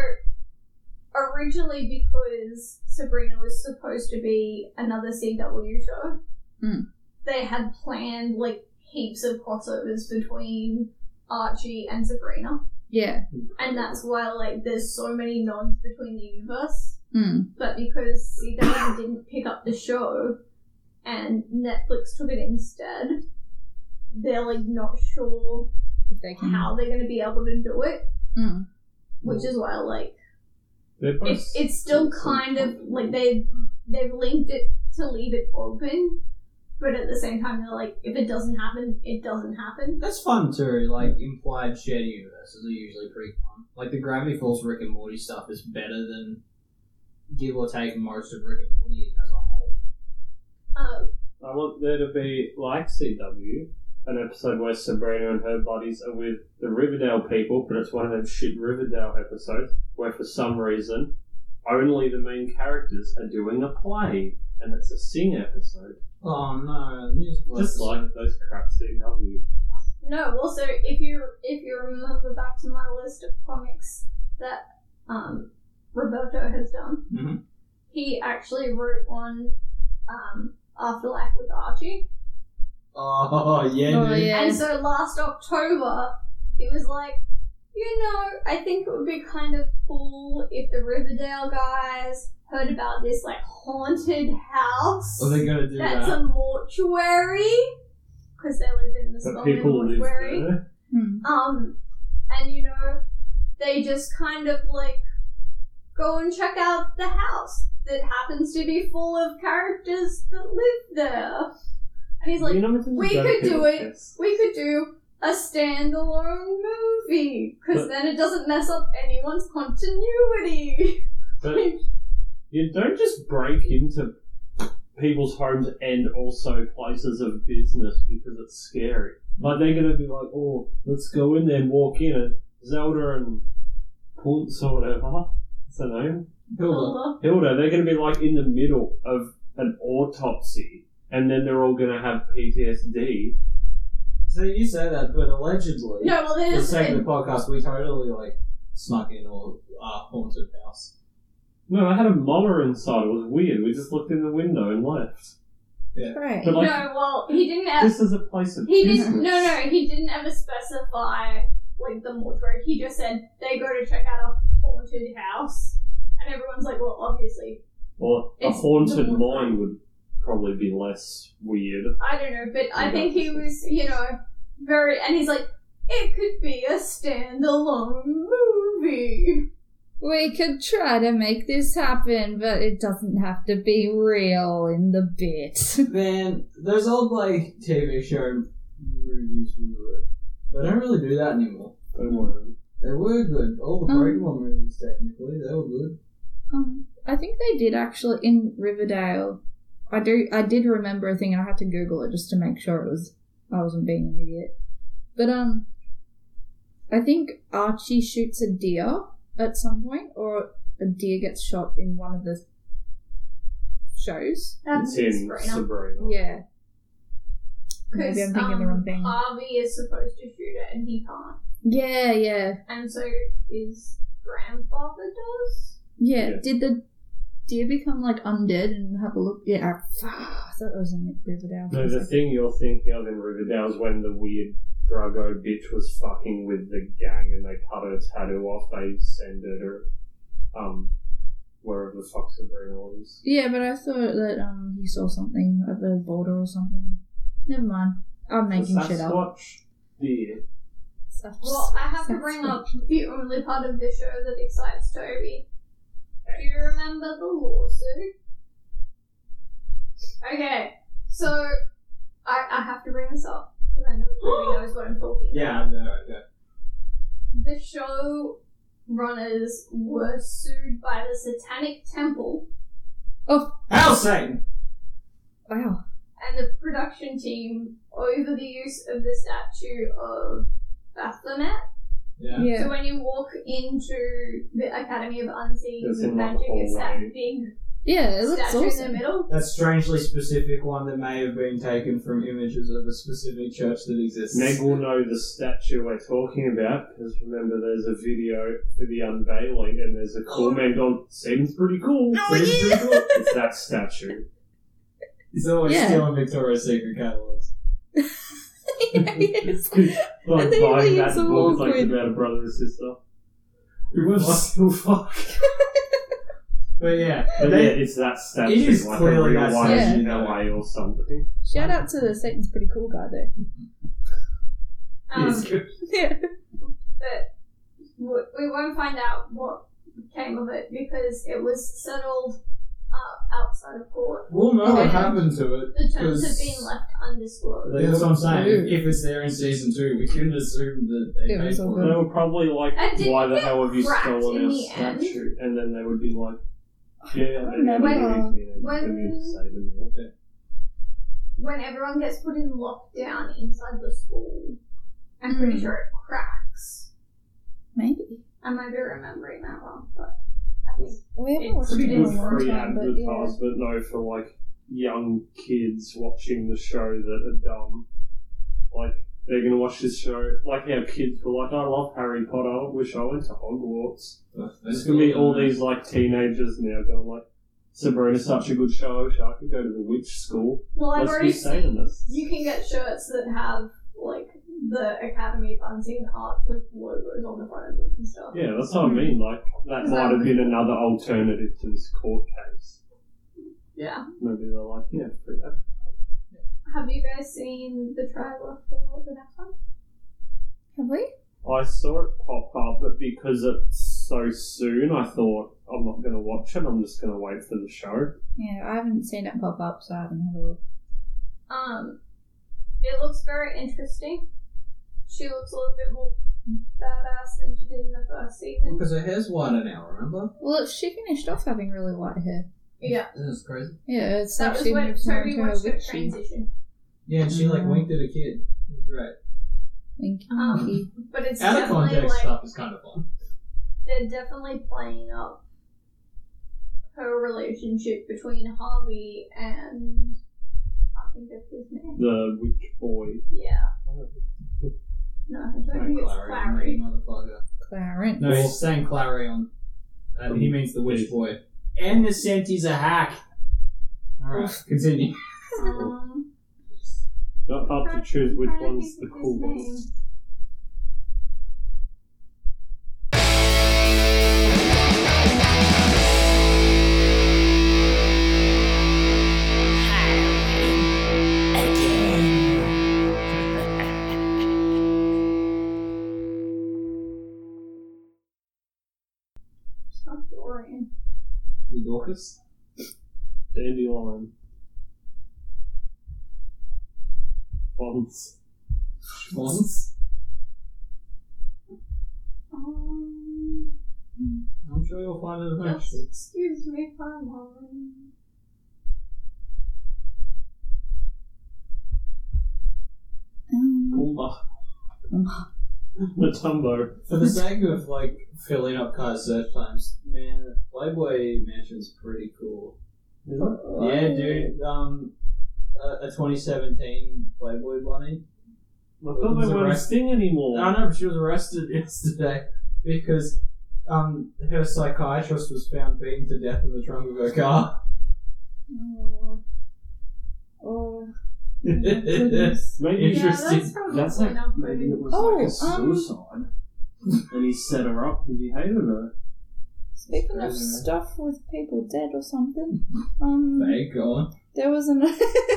S4: originally, because Sabrina was supposed to be another CW show,
S1: Hmm.
S4: they had planned like heaps of crossovers between Archie and Sabrina,
S1: Yeah.
S4: and that's why like there's so many nods between the universe.
S1: Mm.
S4: But because CW didn't pick up the show, and Netflix took it instead, they're like not sure
S1: If they can.
S4: how they're going to be able to do it,
S1: Mm.
S4: which is why like
S3: They're both
S4: it, it's still kind of like they they've linked it to leave it open, but at the same time they're like if it doesn't happen, it doesn't happen.
S2: That's fun too. Like implied shared universes are usually pretty fun. Like the Gravity Falls Rick and Morty stuff is better than give or take most of Rick and Morty as a whole.
S4: Um,
S3: I want there to be like CW, an episode where Sabrina and her buddies are with the Riverdale people, but it's one of them shit Riverdale episodes where for some reason only the main characters are doing a play and it's a sing episode.
S2: Oh no, musical.
S3: Just
S2: episode.
S3: like those crap CW.
S4: no, also if you if you remember back to my list of comics that um, Roberto has done,
S3: Mm-hmm.
S2: Mhm.
S4: he actually wrote one um, Afterlife with Archie.
S2: Oh yeah,
S1: Oh,
S2: dude.
S1: yeah.
S4: And so last October, it was like, you know, I think it would be kind of cool if the Riverdale guys heard about this like haunted house
S3: Oh,
S2: Are they gonna do uh,
S4: that's
S2: that?
S4: a mortuary because they live in the
S3: But
S4: Spelman
S3: people live
S4: mortuary.
S3: there.
S1: Mm.
S4: Um, and you know, they just kind of like go and check out the house that happens to be full of characters that live there. And he's like,
S3: You know what
S4: we
S3: I'm
S4: could do
S3: joking?
S4: it. we could do a standalone movie because
S3: But-
S4: then it doesn't mess up anyone's continuity.
S3: But you don't just break into people's homes and also places of business because it's scary. Like they're gonna be like, oh, let's go in there and walk in and Zelda and Punce or whatever. What's her name?
S2: Cool.
S3: Hilda, they're gonna be like in the middle of an autopsy and then they're all gonna have PTSD.
S2: So you say that, but allegedly,
S4: no, well,
S2: for
S4: then
S2: the
S4: it's
S2: sake of the podcast, we totally like snuck in or uh, haunted house.
S3: No, I had a molar inside, it was weird. We just looked in the window and left.
S1: Right.
S3: But like
S4: no. Well, he didn't. Ever,
S3: this is a place of
S4: he
S3: business.
S4: didn't. No, no, he didn't ever specify like the mortuary. He just said they go to check out a haunted house, and everyone's like, well, obviously,
S3: Or a
S4: It's
S3: haunted
S4: the-
S3: mine would probably be less weird.
S4: I don't know, but I
S3: Yeah.
S4: think he was, you know, very, and he's like, it could be a standalone movie.
S1: We could try to make this happen, but it doesn't have to be real in the bit. (laughs)
S2: Man, those old like TV show movies were good. They don't really do that anymore.
S3: Don't worry.
S2: They were good. All the
S4: Hmm.
S1: Um,
S2: Pokemon movies, technically, they were good.
S1: Um, I think they did actually in Riverdale. I do. I did remember a thing, and I had to Google it just to make sure it was I wasn't being an idiot. But um, I think Archie shoots a deer at some point, or a deer gets shot in one of the shows.
S4: That's
S3: it's in
S4: Sabrina.
S3: Sabrina.
S1: Yeah.
S4: Because
S1: Maybe I'm thinking
S4: um,
S1: the wrong thing.
S4: Harvey is supposed to shoot it and he can't.
S1: Yeah, yeah,
S4: And so his grandfather does?
S1: yeah.
S3: Yeah.
S1: Did the deer become like undead and have a look? Yeah. ah, fuck, I (sighs) thought it was in Riverdale.
S3: No, the thing you're thinking of in Riverdale is when the weird Drago bitch was fucking with the gang and they cut her tattoo off, they send her to um wherever the fuck Sabrina was.
S1: Yeah, but I thought that um he saw something at the border or something. Never mind. I'm making
S3: the
S1: shit up.
S3: Sasquatch deer.
S1: Such-
S4: Well, I have to
S1: such-
S4: bring up the only part of the show that excites Toby. Do you remember the lawsuit? Okay, so I, I have to bring this up because I know everybody knows what I'm talking about.
S2: Yeah, no, okay.
S4: The show runners were sued by the Satanic Temple,
S2: Hell, Satan!
S1: Wow.
S4: and the production team over the use of the statue of Baphomet.
S2: Yeah.
S1: Yeah.
S4: So when you walk into the Academy of Unseen
S3: It's in, like,
S4: Magic,
S3: the
S4: it's that
S3: hallway.
S4: big
S1: Yeah, it looks
S4: statue in
S3: (laughs)
S4: the
S1: awesome.
S4: middle.
S2: That strangely specific one that may have been taken from images of a specific church that exists.
S3: Meg will know the statue we're talking about because remember, there's a video for the unveiling, and there's a comment on "Seems pretty cool."
S1: Oh,
S3: seems
S1: yeah.
S3: pretty cool. It's that
S4: (laughs)
S3: statue.
S2: It's always
S1: Yeah.
S2: still in Victoria's Secret catalogs.
S1: yeah,
S3: (laughs)
S1: yes.
S3: Like
S1: And they
S3: buying
S1: leave
S3: that
S1: so
S3: book, like
S1: awkward.
S3: about a brother and sister.
S2: It was so fuck. but (laughs) yeah,
S3: But yeah,
S2: they-
S3: it's that statue.
S2: It is
S3: like
S2: clearly
S3: a
S2: that
S3: real one
S1: statue.
S3: in LA or something.
S1: Shout out to the Satan's pretty cool guy though.
S4: Um,
S2: it's good.
S1: Yeah.
S4: but w- we won't find out what came of it because it was settled uh, outside of court.
S2: We'll know what
S1: Okay.
S2: happened to it.
S4: The terms have
S2: Because-
S4: been left undisclosed.
S2: That's what I'm saying.
S1: Ooh.
S2: If, if it's there in season two, we couldn't assume that they
S1: It
S2: paid
S1: was all
S2: for it.
S3: They
S1: good.
S3: were probably like,
S4: And didn't
S3: "Why
S4: it
S3: the hell have you
S4: cracked in
S3: stolen our
S4: the end?
S3: statue?" And then they would be like,
S1: I
S3: "Yeah, they didn't
S1: remember.
S3: do anything. They
S4: When-
S3: didn't even say to me."
S4: When everyone gets put in lockdown inside the school, I'm pretty
S1: Hmm.
S4: sure it cracks.
S1: Maybe.
S4: I might be remembering that wrong, but I think
S1: We haven't
S4: It's
S1: watched
S4: a
S1: it in a
S3: good
S1: long
S3: free
S1: time, but yeah.
S3: advertisement though for like young kids watching the show that are dumb. Like they're gonna watch this show like our kids were like, I love Harry Potter, wish I went to Hogwarts. There's gonna be all these like teenagers now going like Sabrina's such a good show, I wish I could go to the witch school.
S4: Well, I've
S3: Let's
S4: already
S3: be
S4: seen.
S3: Satanists.
S4: You can get shirts that have like the Academy of Unseen Arts like logos on the front of them and stuff.
S3: Yeah, that's what I mean. Like that
S4: Is
S3: might
S4: that
S3: have been
S4: really-
S3: another alternative to this court case.
S4: Yeah.
S3: Maybe they're like, yeah, free ad.
S4: Have you guys seen the trailer for the next one?
S1: Have we?
S3: I saw it pop up, but because it's so soon, I thought I'm not going to watch it. I'm just going to wait for the show.
S1: Yeah, I haven't seen it pop up, so I haven't had a look.
S4: Um, it looks very interesting. She looks a little bit more badass than she did in the first season.
S2: Because her hair's whiter now, remember?
S1: Well, she finished off having really white hair.
S4: Yeah,
S2: This is crazy.
S1: Yeah, it's
S4: that
S1: like
S4: was
S1: she
S4: when
S1: moved more
S4: Toby
S1: into her
S4: watched her
S1: witchy.
S4: transition.
S2: Yeah, and she like
S4: Mm-hmm.
S1: Yeah.
S2: winked at a kid. It was great.
S1: Winky,
S4: Um,
S1: winky.
S4: But it's
S2: Out of
S4: definitely
S2: context
S4: like
S2: stuff is kind of fun.
S4: they're definitely playing up her relationship between Harvey and I think that's his name.
S3: The Witch Boy.
S4: Yeah. No, I don't think it's
S2: Clary,
S4: Clary.
S2: you motherfucker.
S1: Clarence.
S2: No, he's saying Clarion. Uh, he means the witch boy. And the scent is a hack. Alright, continue.
S4: Um,
S3: Not hard to choose which one's the cool one.
S4: one. It's not Dorian.
S2: The Dorcas?
S3: Dandelion. Fonz.
S2: Once?
S4: Um,
S2: I'm sure you'll find it
S4: just
S2: eventually.
S4: excuse me for a moment.
S1: Um,
S3: Pumba. Matumbo.
S2: For the sake of like filling up Kai's search times, man, Playboy Mansion's pretty cool. Yeah, dude. Um, a, a 2017 Playboy bunny.
S3: I thought they weren't a sting anymore.
S2: I know, but she was arrested (laughs) yesterday because um her psychiatrist was found beaten to death in the trunk of her car.
S1: Oh. Oh.
S2: (laughs) Interesting.
S3: (laughs) Maybe
S4: Yeah, that's probably
S3: That's like,
S4: enough for
S3: maybe
S4: me.
S3: it was
S1: Oh,
S3: like a
S1: um,
S3: suicide. and he set her up because he hated her.
S1: Speaking of stuff with people dead or something, um,
S2: Hey, go on.
S1: there was an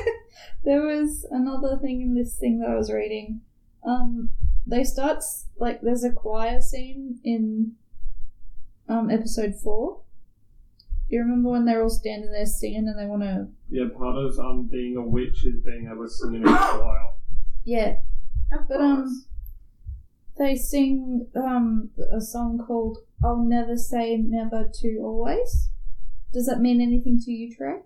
S1: (laughs) there was another thing in this thing that I was reading. Um, they start s- like there's a choir scene in um episode four. You remember when they're all standing there singing and they want to
S3: Yeah, part of um being a witch is being able to sing in a choir.
S1: Yeah,
S4: Of
S1: But, um,
S4: course.
S1: they sing um a song called "I'll Never Say Never to Always." Does that mean anything to you, Trey?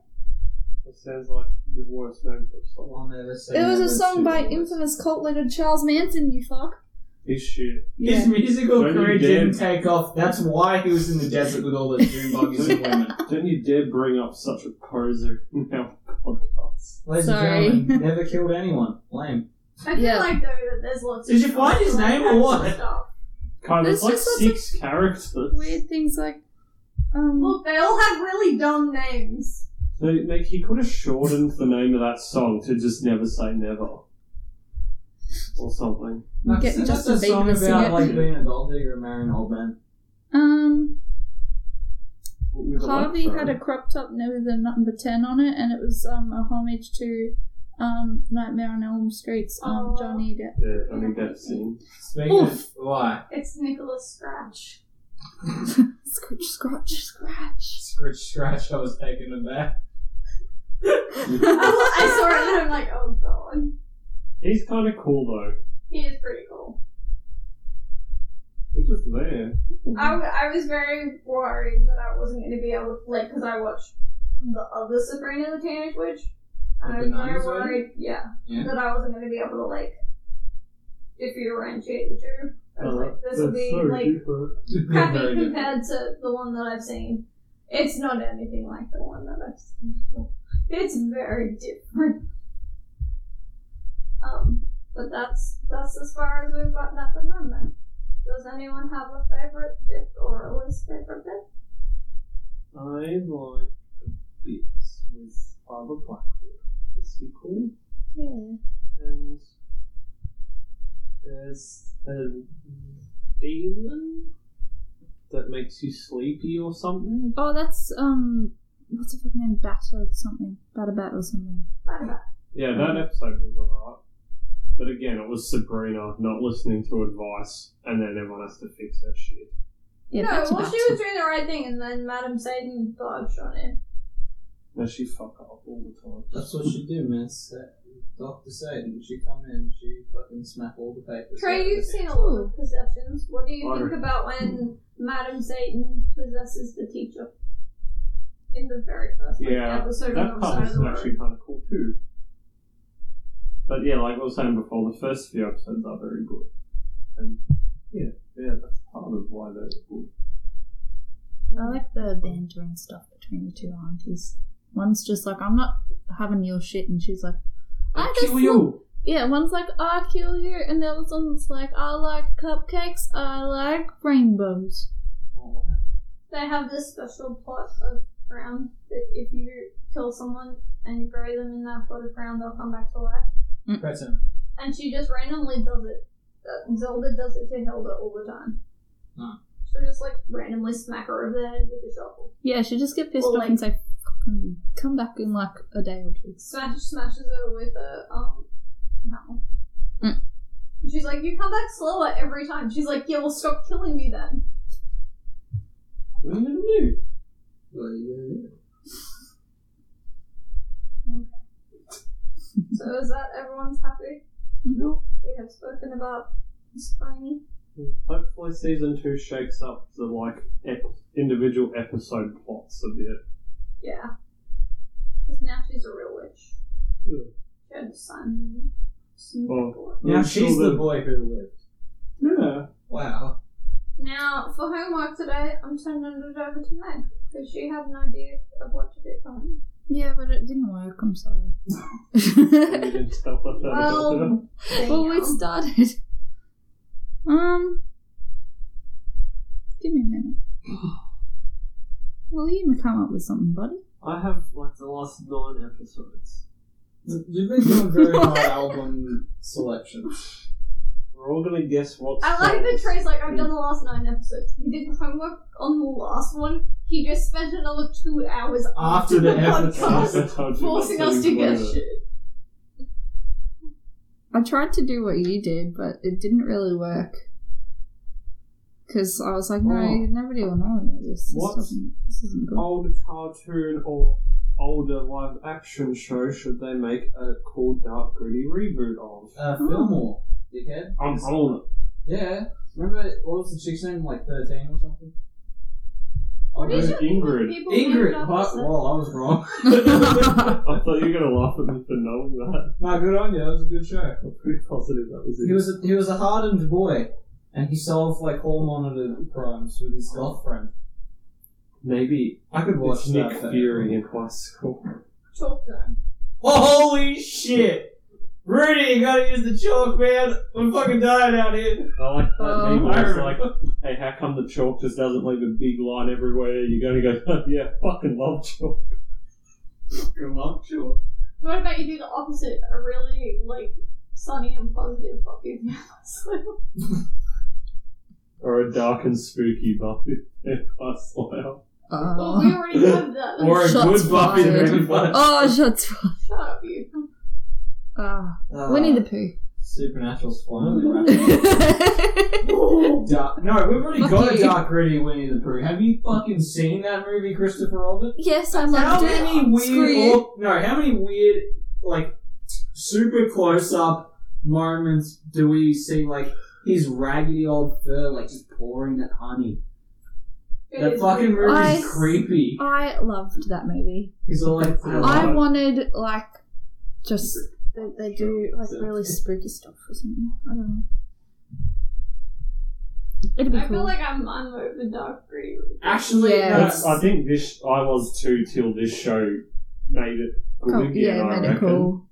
S3: That sounds like the worst name for a song.
S2: I'll never say
S1: it was a
S2: never
S1: song
S2: to
S1: by
S2: always.
S1: infamous cult leader Charles Manson. You fuck.
S3: This shit.
S2: His musical
S3: Don't you
S2: career
S3: dare.
S2: didn't take off. That's why he was in the desert with all
S3: (laughs)
S2: those dune buggies and women.
S3: Don't you dare bring up such a poser in our podcast.
S2: Ladies
S1: Sorry.
S2: and gentlemen, never killed anyone. Lame.
S4: I feel
S1: yeah.
S4: like though that there's lots.
S2: Did
S4: of
S2: you find his
S4: like
S2: name or
S4: that
S2: what?
S4: sort of stuff.
S3: Kind of
S1: There's
S3: like
S1: just lots
S3: six characters.
S1: Weird things like um.
S4: Look, they all have really dumb names.
S3: They, like, he could have shortened the name of that song to just Never Say Never. Or something.
S1: We'll
S2: That's,
S1: get
S2: that's
S1: Justin
S2: a
S1: Bieber
S2: song
S1: to sing
S2: about
S1: it.
S2: like being a gold digger and marrying an old man.
S1: Um,
S3: What we've got
S1: Harvey
S3: left,
S1: had
S3: right?
S1: a crop top with a number ten on it, and it was um a homage to um Nightmare on Elm Street's um
S4: Aw.
S1: Johnny Depp.
S3: Yeah, I think that's him.
S2: Speaking of why,
S4: It's Nicholas Scratch. (laughs)
S1: Scratch, scratch, scratch.
S2: scratch, scratch, I was taken aback.
S4: I, I saw it (laughs) and I'm like, oh god,
S3: He's kind of cool though.
S4: he is pretty cool.
S3: He's just there.
S4: I, w- I was very worried that I wasn't going to be able to, like, because I watched the other Sabrina the Teenage Witch. And I
S2: Like
S4: was
S2: the
S4: very
S2: nuns one?
S4: worried, yeah,
S2: (laughs) Yeah.
S4: that I wasn't going to be able to, like, differentiate the two. I
S2: Oh,
S4: was like, this will
S3: That's
S4: be,
S3: so
S4: like,
S3: different.
S4: crappy compared to the one that I've seen. It's not anything like the one that I've seen. It's very different. Um, but that's that's as far as we've gotten at the moment. Does anyone have a favorite bit or a least favorite bit?
S3: I like bits with Father Blackwood. Is he cool?
S1: Yeah.
S3: And there's a demon that makes you sleepy or something.
S1: Oh, that's um, what's the fucking name? Batter something. Batter bat or something.
S4: Bad about
S3: Yeah, that episode was alright. But again, it was Sabrina not listening to advice, and then everyone has to fix her shit.
S1: Yeah,
S4: no,
S1: batter
S4: well,
S1: bat.
S4: she was doing the right thing, and then Madam Satan barged on it.
S3: No, she fuck up all the time.
S2: That's what she do, miss. That Dr. Satan, she come in, she fucking smack all the papers.
S4: Trey, you've seen a lot of possessions. What do you
S3: I
S4: think
S3: don't-
S4: about when Madam Satan possesses the teacher in the very first like,
S3: Yeah,
S4: episode
S3: That
S4: of the
S3: part
S4: side of
S3: was
S4: the road?
S3: actually kind of cool too. But yeah, like I was saying before, the first few episodes are very good, and yeah, yeah, that's part of why they're good.
S1: I like the banter and stuff between the two aunties. One's just like, "I'm not having your shit," and she's like, "I,
S2: I
S1: just
S2: kill you!
S1: Yeah, one's like, "Oh, "I kill you," and the other one's like, "I like cupcakes. I like rainbows."
S2: Oh,
S4: They have this special plot of ground that if you kill someone and you bury them in that plot of ground, they'll come back to life.
S2: present.
S4: And she just randomly does it. Uh, Zelda does it to Hilda all the time.
S2: Hmm.
S4: She'll just like randomly smack her over the head with a shovel.
S1: Yeah, she just get pissed
S4: Or
S1: off
S4: like-
S1: and say, "Fucking "Come back in like a day or two.
S4: Smash smashes her with a um hammer.
S1: Hmm.
S4: And She's like, you come back slower every time. She's like, yeah, well, stop killing me then.
S3: What do you gonna do?
S2: Well, you
S4: so is that everyone's happy?
S3: No.
S4: We have spoken about Spiny.
S3: Hopefully, season two shakes up the like ep- individual episode plots a bit.
S4: Yeah. Because now she's a real witch.
S3: Yeah.
S4: She had a son. son-
S3: Well,
S2: Now
S3: I'm
S2: she's
S3: sure
S2: the boy who lived.
S3: that- yeah.
S2: Wow.
S4: Now, for homework today, I'm turning it over to Meg because she had an idea of what to do for homework.
S1: Yeah, but it didn't work. I'm sorry.
S3: You didn't tell her that.
S1: (laughs)
S4: Well, um,
S1: well, we
S4: Damn.
S1: started. Um, give me a (sighs) minute. Will you come up with something, buddy?
S3: I have like the last nine episodes.
S2: You've been doing
S4: (laughs)
S2: very hard album selections.
S3: We're all gonna guess what.
S4: I like that
S3: songs-
S4: Trey's like, I've done the last nine episodes. He did homework on the last one. He just spent another two hours
S2: After the
S4: podcast
S2: (laughs) episode.
S3: Episodes
S4: forcing us to
S3: included.
S4: guess shit.
S1: I tried to do what you did, but it didn't really work. Because I was like, no,
S3: Oh.
S1: nobody will know any of this. This,
S3: What? Oh,
S1: doesn't, this isn't good.
S3: old cartoon or older live action show should they make a cool dark gritty reboot of?
S2: Uh, Fillmore, dickhead.
S3: I'm on it.
S2: Yeah. Remember, what was the chick's name? Like 13 or something?
S4: What
S3: Oh,
S4: is
S3: no,
S4: it?
S3: Ingrid.
S4: People named
S2: Ingrid!
S4: after
S2: But,
S4: stuff.
S2: well, I was wrong.
S3: (laughs) I thought you were gonna laugh at me for knowing that.
S2: no, good on you. That was a good show.
S3: I'm pretty positive that was it.
S2: He was a, he was a hardened boy, and he solved like all monitored crimes with his girlfriend.
S3: Maybe
S2: Oh. I could watch
S3: it's Nick
S2: that.
S3: Fury in high school.
S4: Chalk zone.
S2: Oh, Holy shit! Rudy, you gotta use the chalk, man. We're fucking dying out here.
S3: I like that
S1: Oh.
S3: meme where it's like, hey, how come the chalk just doesn't leave a big line everywhere? You're gonna go, (laughs) oh, yeah, fucking love chalk.
S2: Good luck, chalk.
S4: What about you do the opposite? A really like sunny and positive Buffy (laughs) the Vampire Slayer.
S3: Or a dark and spooky Buffy (laughs) vampire slayer.
S4: Well, we
S1: Oh,
S4: already
S2: (laughs)
S4: have that.
S3: Or a
S1: Shots
S3: good Buffy the
S1: fired.
S3: vampire
S1: (laughs) oh shots. fi-
S4: Shut up,
S2: (laughs)
S4: you.
S1: Ah,
S2: Uh,
S1: Winnie the Pooh. (laughs)
S2: Supernatural's finally wrapped up. Dark- No, we've already
S1: Fuck
S2: got
S1: you.
S2: a dark, gritty Winnie the Pooh. Have you fucking seen that movie, Christopher Robin?
S1: yes, I
S2: How
S1: loved it.
S2: many
S1: Screw
S2: weird,
S1: you.
S2: or, no, how many weird, like, super close up moments do we see, like, his raggedy old fur, like, just pouring that honey? That fucking movie's
S1: I-
S2: creepy.
S1: I loved that movie.
S2: He's all like,
S3: I
S1: I
S3: love it.
S1: wanted like just they, they do like really spooky stuff or something. I don't know. It'd be
S4: I feel
S1: cool.
S4: like I'm I'm over dark green.
S2: Actually,
S1: Yeah.
S2: no,
S1: Yes.
S3: I think this, I was too till this show made it good
S1: Cool.
S3: again,
S1: Oh, yeah,
S3: I
S1: made it
S3: reckon.
S1: cool.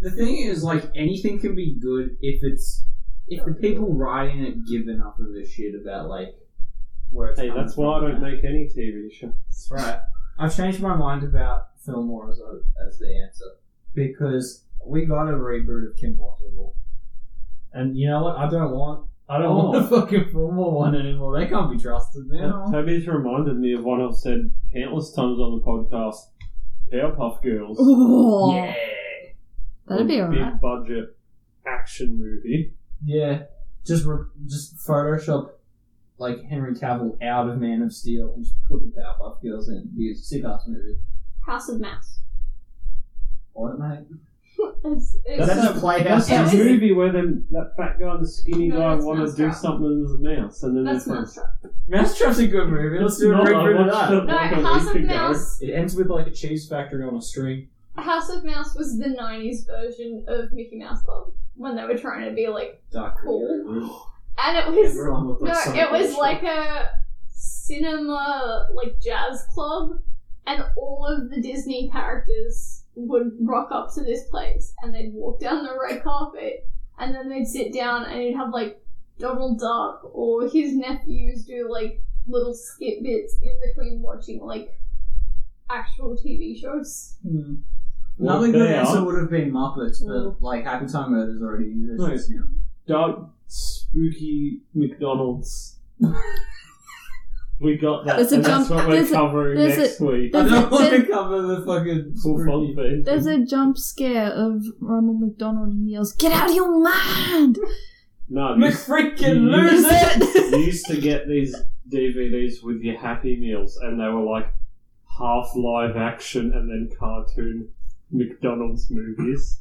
S2: the thing is, like, anything can be good if it's if the people writing it give enough of a shit about like where. It's
S3: Hey,
S2: coming
S3: that's why I
S2: from.
S3: don't make any TV show.
S2: Right, I've changed my mind about Fillmore as a, as the answer because we got a reboot of Kim Possible, and you know what? I don't want. I
S1: Oh.
S2: don't
S3: Oh.
S2: want a fucking Fillmore one anymore. They can't be trusted now.
S1: Oh.
S3: Toby's reminded me of one I've said countless times on the podcast. Powerpuff Girls.
S1: Oh,
S2: Yeah.
S1: that'd be
S3: A
S1: alright.
S3: Big budget action movie.
S2: Yeah, just re- just Photoshop like Henry Cavill out of Man of Steel and just put the Powerpuff Girls in. It'd be a sick ass movie.
S4: House of Mouse. (laughs)
S2: What mate?
S4: It's, it's
S3: That's
S2: That's a playhouse.
S4: Yeah,
S3: That's a
S2: movie.
S4: it is-
S3: movie where them, that fat guy and the skinny
S4: No,
S3: guy
S4: that's
S3: want to do
S4: Mousetrap.
S3: something in his mouse, and then
S4: that's
S3: they're
S4: Mouse Trap.
S2: Mousetrap's a good movie. Let's do a
S3: Not- I
S2: reboot of
S3: watched
S2: that.
S3: it
S4: No,
S3: like a
S4: House
S3: week
S4: of
S3: ago.
S4: Mouse.
S2: It ends with like a cheese factory on a string.
S4: House of Mouse was the '90s version of Mickey Mouse Club when they were trying to be like,
S2: Dark
S4: Cool.
S2: Korea.
S4: and it was
S2: Everyone looked
S4: No,
S2: like Sonic
S4: it was
S2: Hedgehog.
S4: like a cinema, like jazz club, and all of the Disney characters would rock up to this place, and they'd walk down the red carpet, and then they'd sit down, and you'd have like Donald Duck or his nephews do like little skit bits in between watching like actual TV shows.
S2: Hmm.
S3: Well,
S2: Another good
S3: they
S2: answer
S3: are.
S2: would have been Muppets,
S1: Mm.
S2: but like Happy Time Murders already exists
S3: Nice.
S2: now.
S3: Dark, spooky McDonald's. we got that.
S1: There's a
S3: and
S1: jump-
S3: that's what we're
S1: there's a-
S3: covering
S1: there's a-
S3: next week.
S2: I
S1: There's
S2: don't
S1: a-
S2: want to
S1: there's-
S2: cover the fucking.
S3: Full
S2: spooky-
S3: fun thing.
S1: There's a jump scare of Ronald McDonald and he yells, "Get out of your
S2: (laughs)
S1: mind!"
S3: No, you
S2: McFreaking
S3: You-
S2: lose
S1: (laughs)
S2: it!
S3: you used to get these DVDs with your Happy Meals, and they were like half live action and then cartoon McDonald's movies.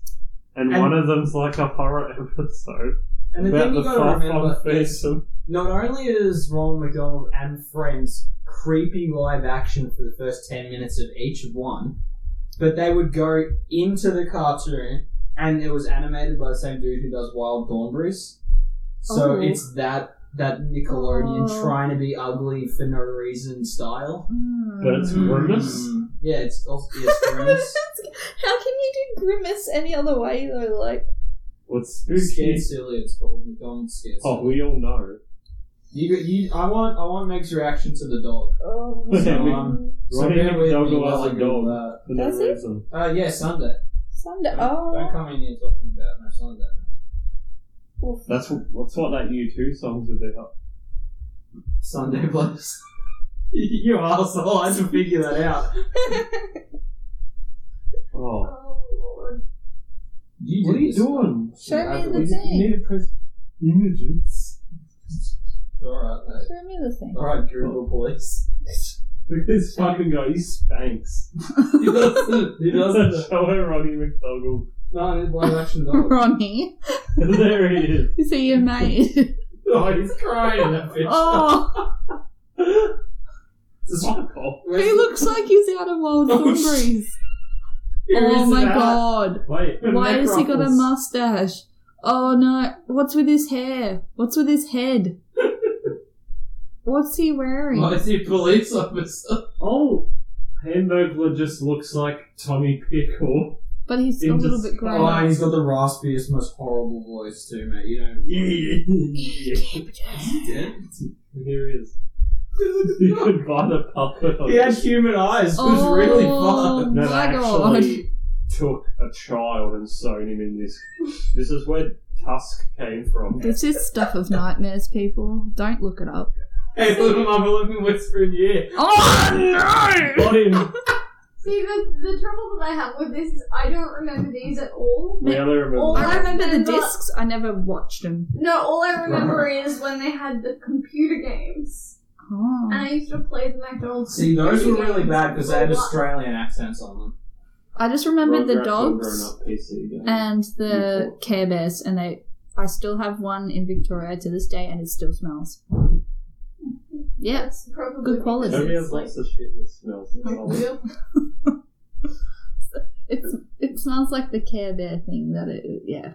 S3: And,
S2: And-
S3: one of them's like a horror episode
S2: And the
S3: about
S2: thing
S3: the
S2: you gotta remember
S3: far
S2: is,
S3: threesome.
S2: not only is Ronald McDonald and Friends creepy live action for the first 10 minutes of each one, but they would go into the cartoon and it was animated by the same dude who does Wild Thornberries. So
S1: Oh.
S2: it's that that Nickelodeon
S1: Oh.
S2: trying to be ugly for no reason style.
S1: Mm.
S3: But it's Grimace.
S2: Mm. Yeah, it's also yeah, it's
S1: (laughs)
S2: Grimace.
S1: How can you do grimace any other way though? Like,
S3: What's
S2: Scared
S3: spooky?
S2: silly, it's called McDonald's scared.
S3: Oh,
S2: Silly.
S3: we all know.
S2: You, you, I want, I want Meg's reaction to the dog. (laughs)
S1: oh,
S3: (laughs) Yeah,
S2: we-
S1: um,
S2: So
S3: Ronnie
S2: bear with me
S3: McDonald
S2: while
S3: as
S2: I
S3: a
S2: Google
S3: dog.
S2: that.
S3: For no
S1: Does it?
S3: reason.
S2: Uh, yeah, Sunday.
S1: Sunday.
S2: Don't, don't
S1: Oh,
S2: come in here talking about my Sunday.
S1: oof.
S3: That's what, that's what that U2 song's about.
S2: Sunday blows. (laughs) you asshole, I had to figure that out.
S3: Oh.
S4: Oh lord.
S2: You
S3: What are you doing?
S1: Show me
S2: Adam,
S1: the
S3: We
S2: is
S1: thing.
S3: need to press images.
S2: Alright, mate.
S1: Show me the thing.
S2: Oh. (laughs) Alright, Google, please.
S3: Look at this fucking guy, he spanks.
S2: He doesn't.
S1: (laughs)
S2: He doesn't.
S3: Show her Ronnie McDougall.
S2: No, it's live action (laughs) dog.
S1: Ronnie, (laughs)
S3: there he is. (laughs)
S1: is he
S2: (laughs)
S1: your mate?
S2: Oh, he's crying in that (laughs) picture.
S1: (laughs) oh,
S3: Fuck off.
S2: Where's
S1: he
S2: the-
S1: looks like he's out of Wild
S2: Oh,
S1: Thornberries.
S2: Here
S1: Oh
S2: is
S1: my
S2: that.
S1: god.
S2: Wait,
S1: Why has he got a
S2: Necropolis.
S1: mustache? Oh no. What's with his hair? What's with his
S2: (laughs)
S1: head? What's he wearing?
S2: Why is he a police officer?
S3: Oh, Hamburglar just looks like Tommy Pickle.
S1: But he's a
S3: In
S1: little
S3: dis-
S1: bit grey.
S2: Oh, and he's got the raspiest, most horrible voice too, mate. You don't.
S3: Yeah.
S2: Yeah. (laughs)
S3: Here he is. (laughs) You could buy the puppet. on
S2: He had human eyes. It was
S1: Oh,
S2: really fun.
S3: No,
S1: my
S3: they
S1: god.
S3: actually took a child and sewn him in this. This is where Tusk came from.
S1: This is stuff of nightmares, people. Don't look it up.
S2: Hey, little mama, let me whisper in your ear.
S1: Oh no!
S3: Got him.
S4: See, the, the trouble that I have with this is I don't remember these at all.
S3: We only
S4: Oh,
S3: remember.
S1: I remember the
S4: remember-
S1: discs, I never watched them.
S4: No, all
S2: (laughs)
S4: I remember is when they had the computer games,
S1: Oh.
S4: and I used to play the McDonald's.
S2: See, those were
S4: computer
S2: really
S4: games
S2: bad because they had
S4: a lot.
S2: Australian accents on them.
S1: I just remembered the
S3: Rugrats all
S1: dogs
S3: grown up PC game.
S1: and the Care Bears, and they. I still have one in Victoria to this day, and it still smells. Yeah,
S4: That's probably
S1: Good quality.
S4: because
S3: Everybody
S4: it's
S3: has
S4: like-
S3: lots of shit that smells solid.
S4: Yeah.
S1: it's it smells like the Care Bear thing that it. Yeah,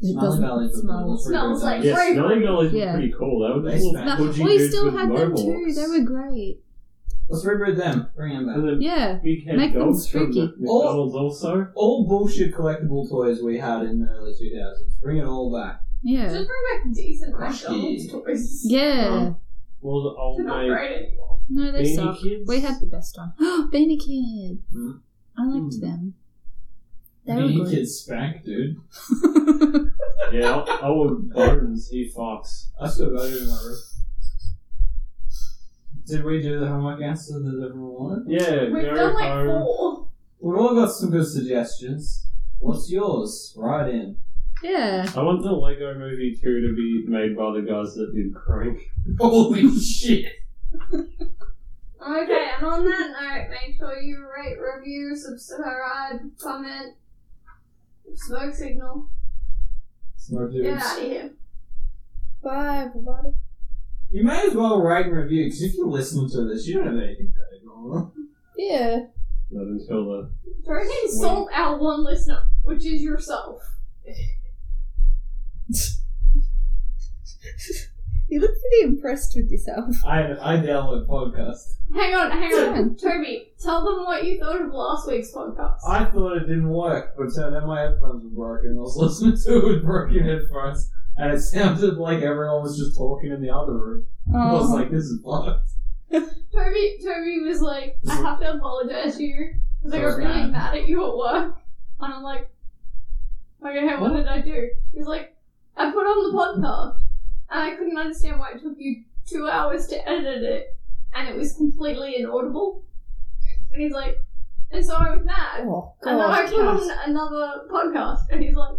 S1: it
S2: Smelly Bellies were good,
S1: smell.
S2: that's pretty
S4: Smells
S2: good.
S4: like
S3: Yeah,
S4: Great.
S3: Smelly Bellies were
S1: Yeah.
S3: pretty cool. They were
S2: They
S3: just little
S2: smacked.
S1: But
S3: pudgy
S1: we
S3: dudes
S1: still
S3: with
S1: had them
S3: mohawks.
S1: too. They were great.
S2: Let's reboot them. Bring them back.
S3: And then
S1: Yeah,
S3: we had
S1: Make them
S3: dogs from
S1: spooky.
S3: Mc- McDonald's
S4: Oh.
S3: also.
S2: All bullshit collectible toys we had in the early 2000s. Bring it all back.
S1: yeah,
S4: Just bring back decent
S2: Crusty.
S4: McDonald's toys.
S1: yeah.
S3: Um,
S2: Oh.
S3: Well, the
S4: They're
S3: old
S4: not
S3: name.
S4: great anymore.
S1: No, they
S3: Beanie
S1: suck.
S3: Kids?
S1: We had the best one. (gasps) Beanie Kid.
S2: Hmm.
S1: I liked
S2: Hmm.
S1: them. They
S2: You
S1: were
S2: kids spank, dude.
S1: good.
S3: Yeah, old Bones. He fucks.
S2: I still got it in my room. Did we do the homework answer that everyone wanted?
S3: Yeah,
S4: We've
S3: go
S4: done like
S3: home.
S4: four.
S2: We've all got some good suggestions. What's yours? Write in. (laughs)
S1: yeah.
S3: I want the Lego Movie 2 to be made by the guys that did Crank.
S2: Holy shit!
S4: Okay, and on that note, make sure you rate, review, subscribe, comment, smoke signal.
S2: Smart dudes.
S4: Get out of here.
S1: Bye, everybody.
S2: You may as well write and review because if you listen to this, you don't have anything better going on.
S1: Yeah.
S3: Not until the.
S4: Don't insult our one listener, which is yourself.
S1: You look pretty impressed with yourself.
S2: I I download podcasts.
S4: Hang on, hang
S1: Sure.
S4: on. Toby, tell them what you thought of last week's podcast.
S2: I thought it didn't work, but it turned out my headphones were broken. I was (laughs) listening to it with broken headphones, and it sounded like everyone was just talking in the other room. (laughs) I
S1: Oh.
S2: was like, this is fucked.
S4: Toby, Toby was like, I have to apologize to you because I got
S2: So
S4: really
S2: mad.
S4: mad at you at work. And I'm like, okay, what did I do? He's like, I put on the podcast and I couldn't understand why it took you two hours to edit it and it was completely inaudible. And he's like, and so I was mad.
S1: oh,
S4: and then I put on
S1: God.
S4: another podcast and he's like,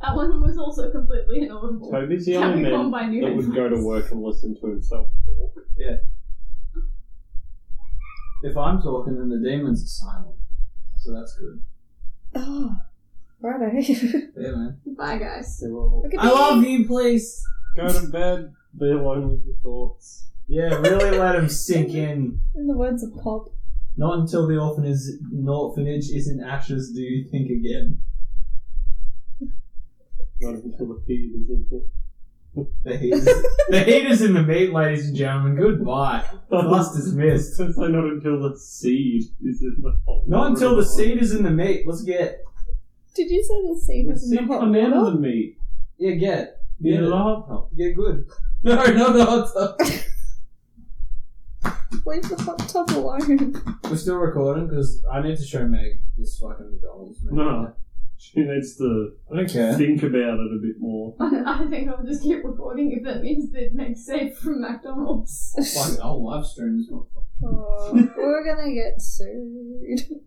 S4: that one was also completely inaudible.
S3: Toby's the
S4: Can
S3: only
S4: we
S3: man
S4: combine new
S3: that would go to
S4: headphones?
S3: work and listen to himself talk.
S2: If I'm talking, then the demons are silent. So that's good.
S1: Oh, righto. (laughs)
S2: Yeah, man.
S4: Bye, guys. (laughs)
S3: So, well,
S1: Look at
S2: I
S1: me.
S2: love you, please.
S3: go to bed, be alone with your thoughts.
S2: Yeah, really let him sink in.
S1: In the words of Pop.
S2: Not until the orphanage, orphanage is in ashes do you think again.
S3: Not until the feed is in the.
S2: The heat is, the heat is in the meat, ladies and gentlemen. (laughs) Goodbye. Last is missed.
S3: So it's like not until the seed is in the hot
S2: Not until the
S3: water.
S2: seed is in the meat. Let's get.
S1: Did you say the scene
S3: The
S1: was in
S3: seed
S1: the hot
S3: come out of
S1: water?
S3: the meat.
S2: Yeah, get.
S3: Yeah,
S2: Get,
S3: the
S2: it.
S3: hot tub.
S2: get good. (laughs) No, not the hot tub.
S1: Leave the hot tub alone. (laughs)
S2: We're still recording because I need to show Meg this fucking McDonald's. Man.
S3: No. She needs to
S2: I don't care.
S3: think about it a bit more.
S4: I think I'll just keep recording if that means that Meg's safe from McDonald's.
S2: Fucking whole live stream is not.
S1: Oh, we're gonna get sued.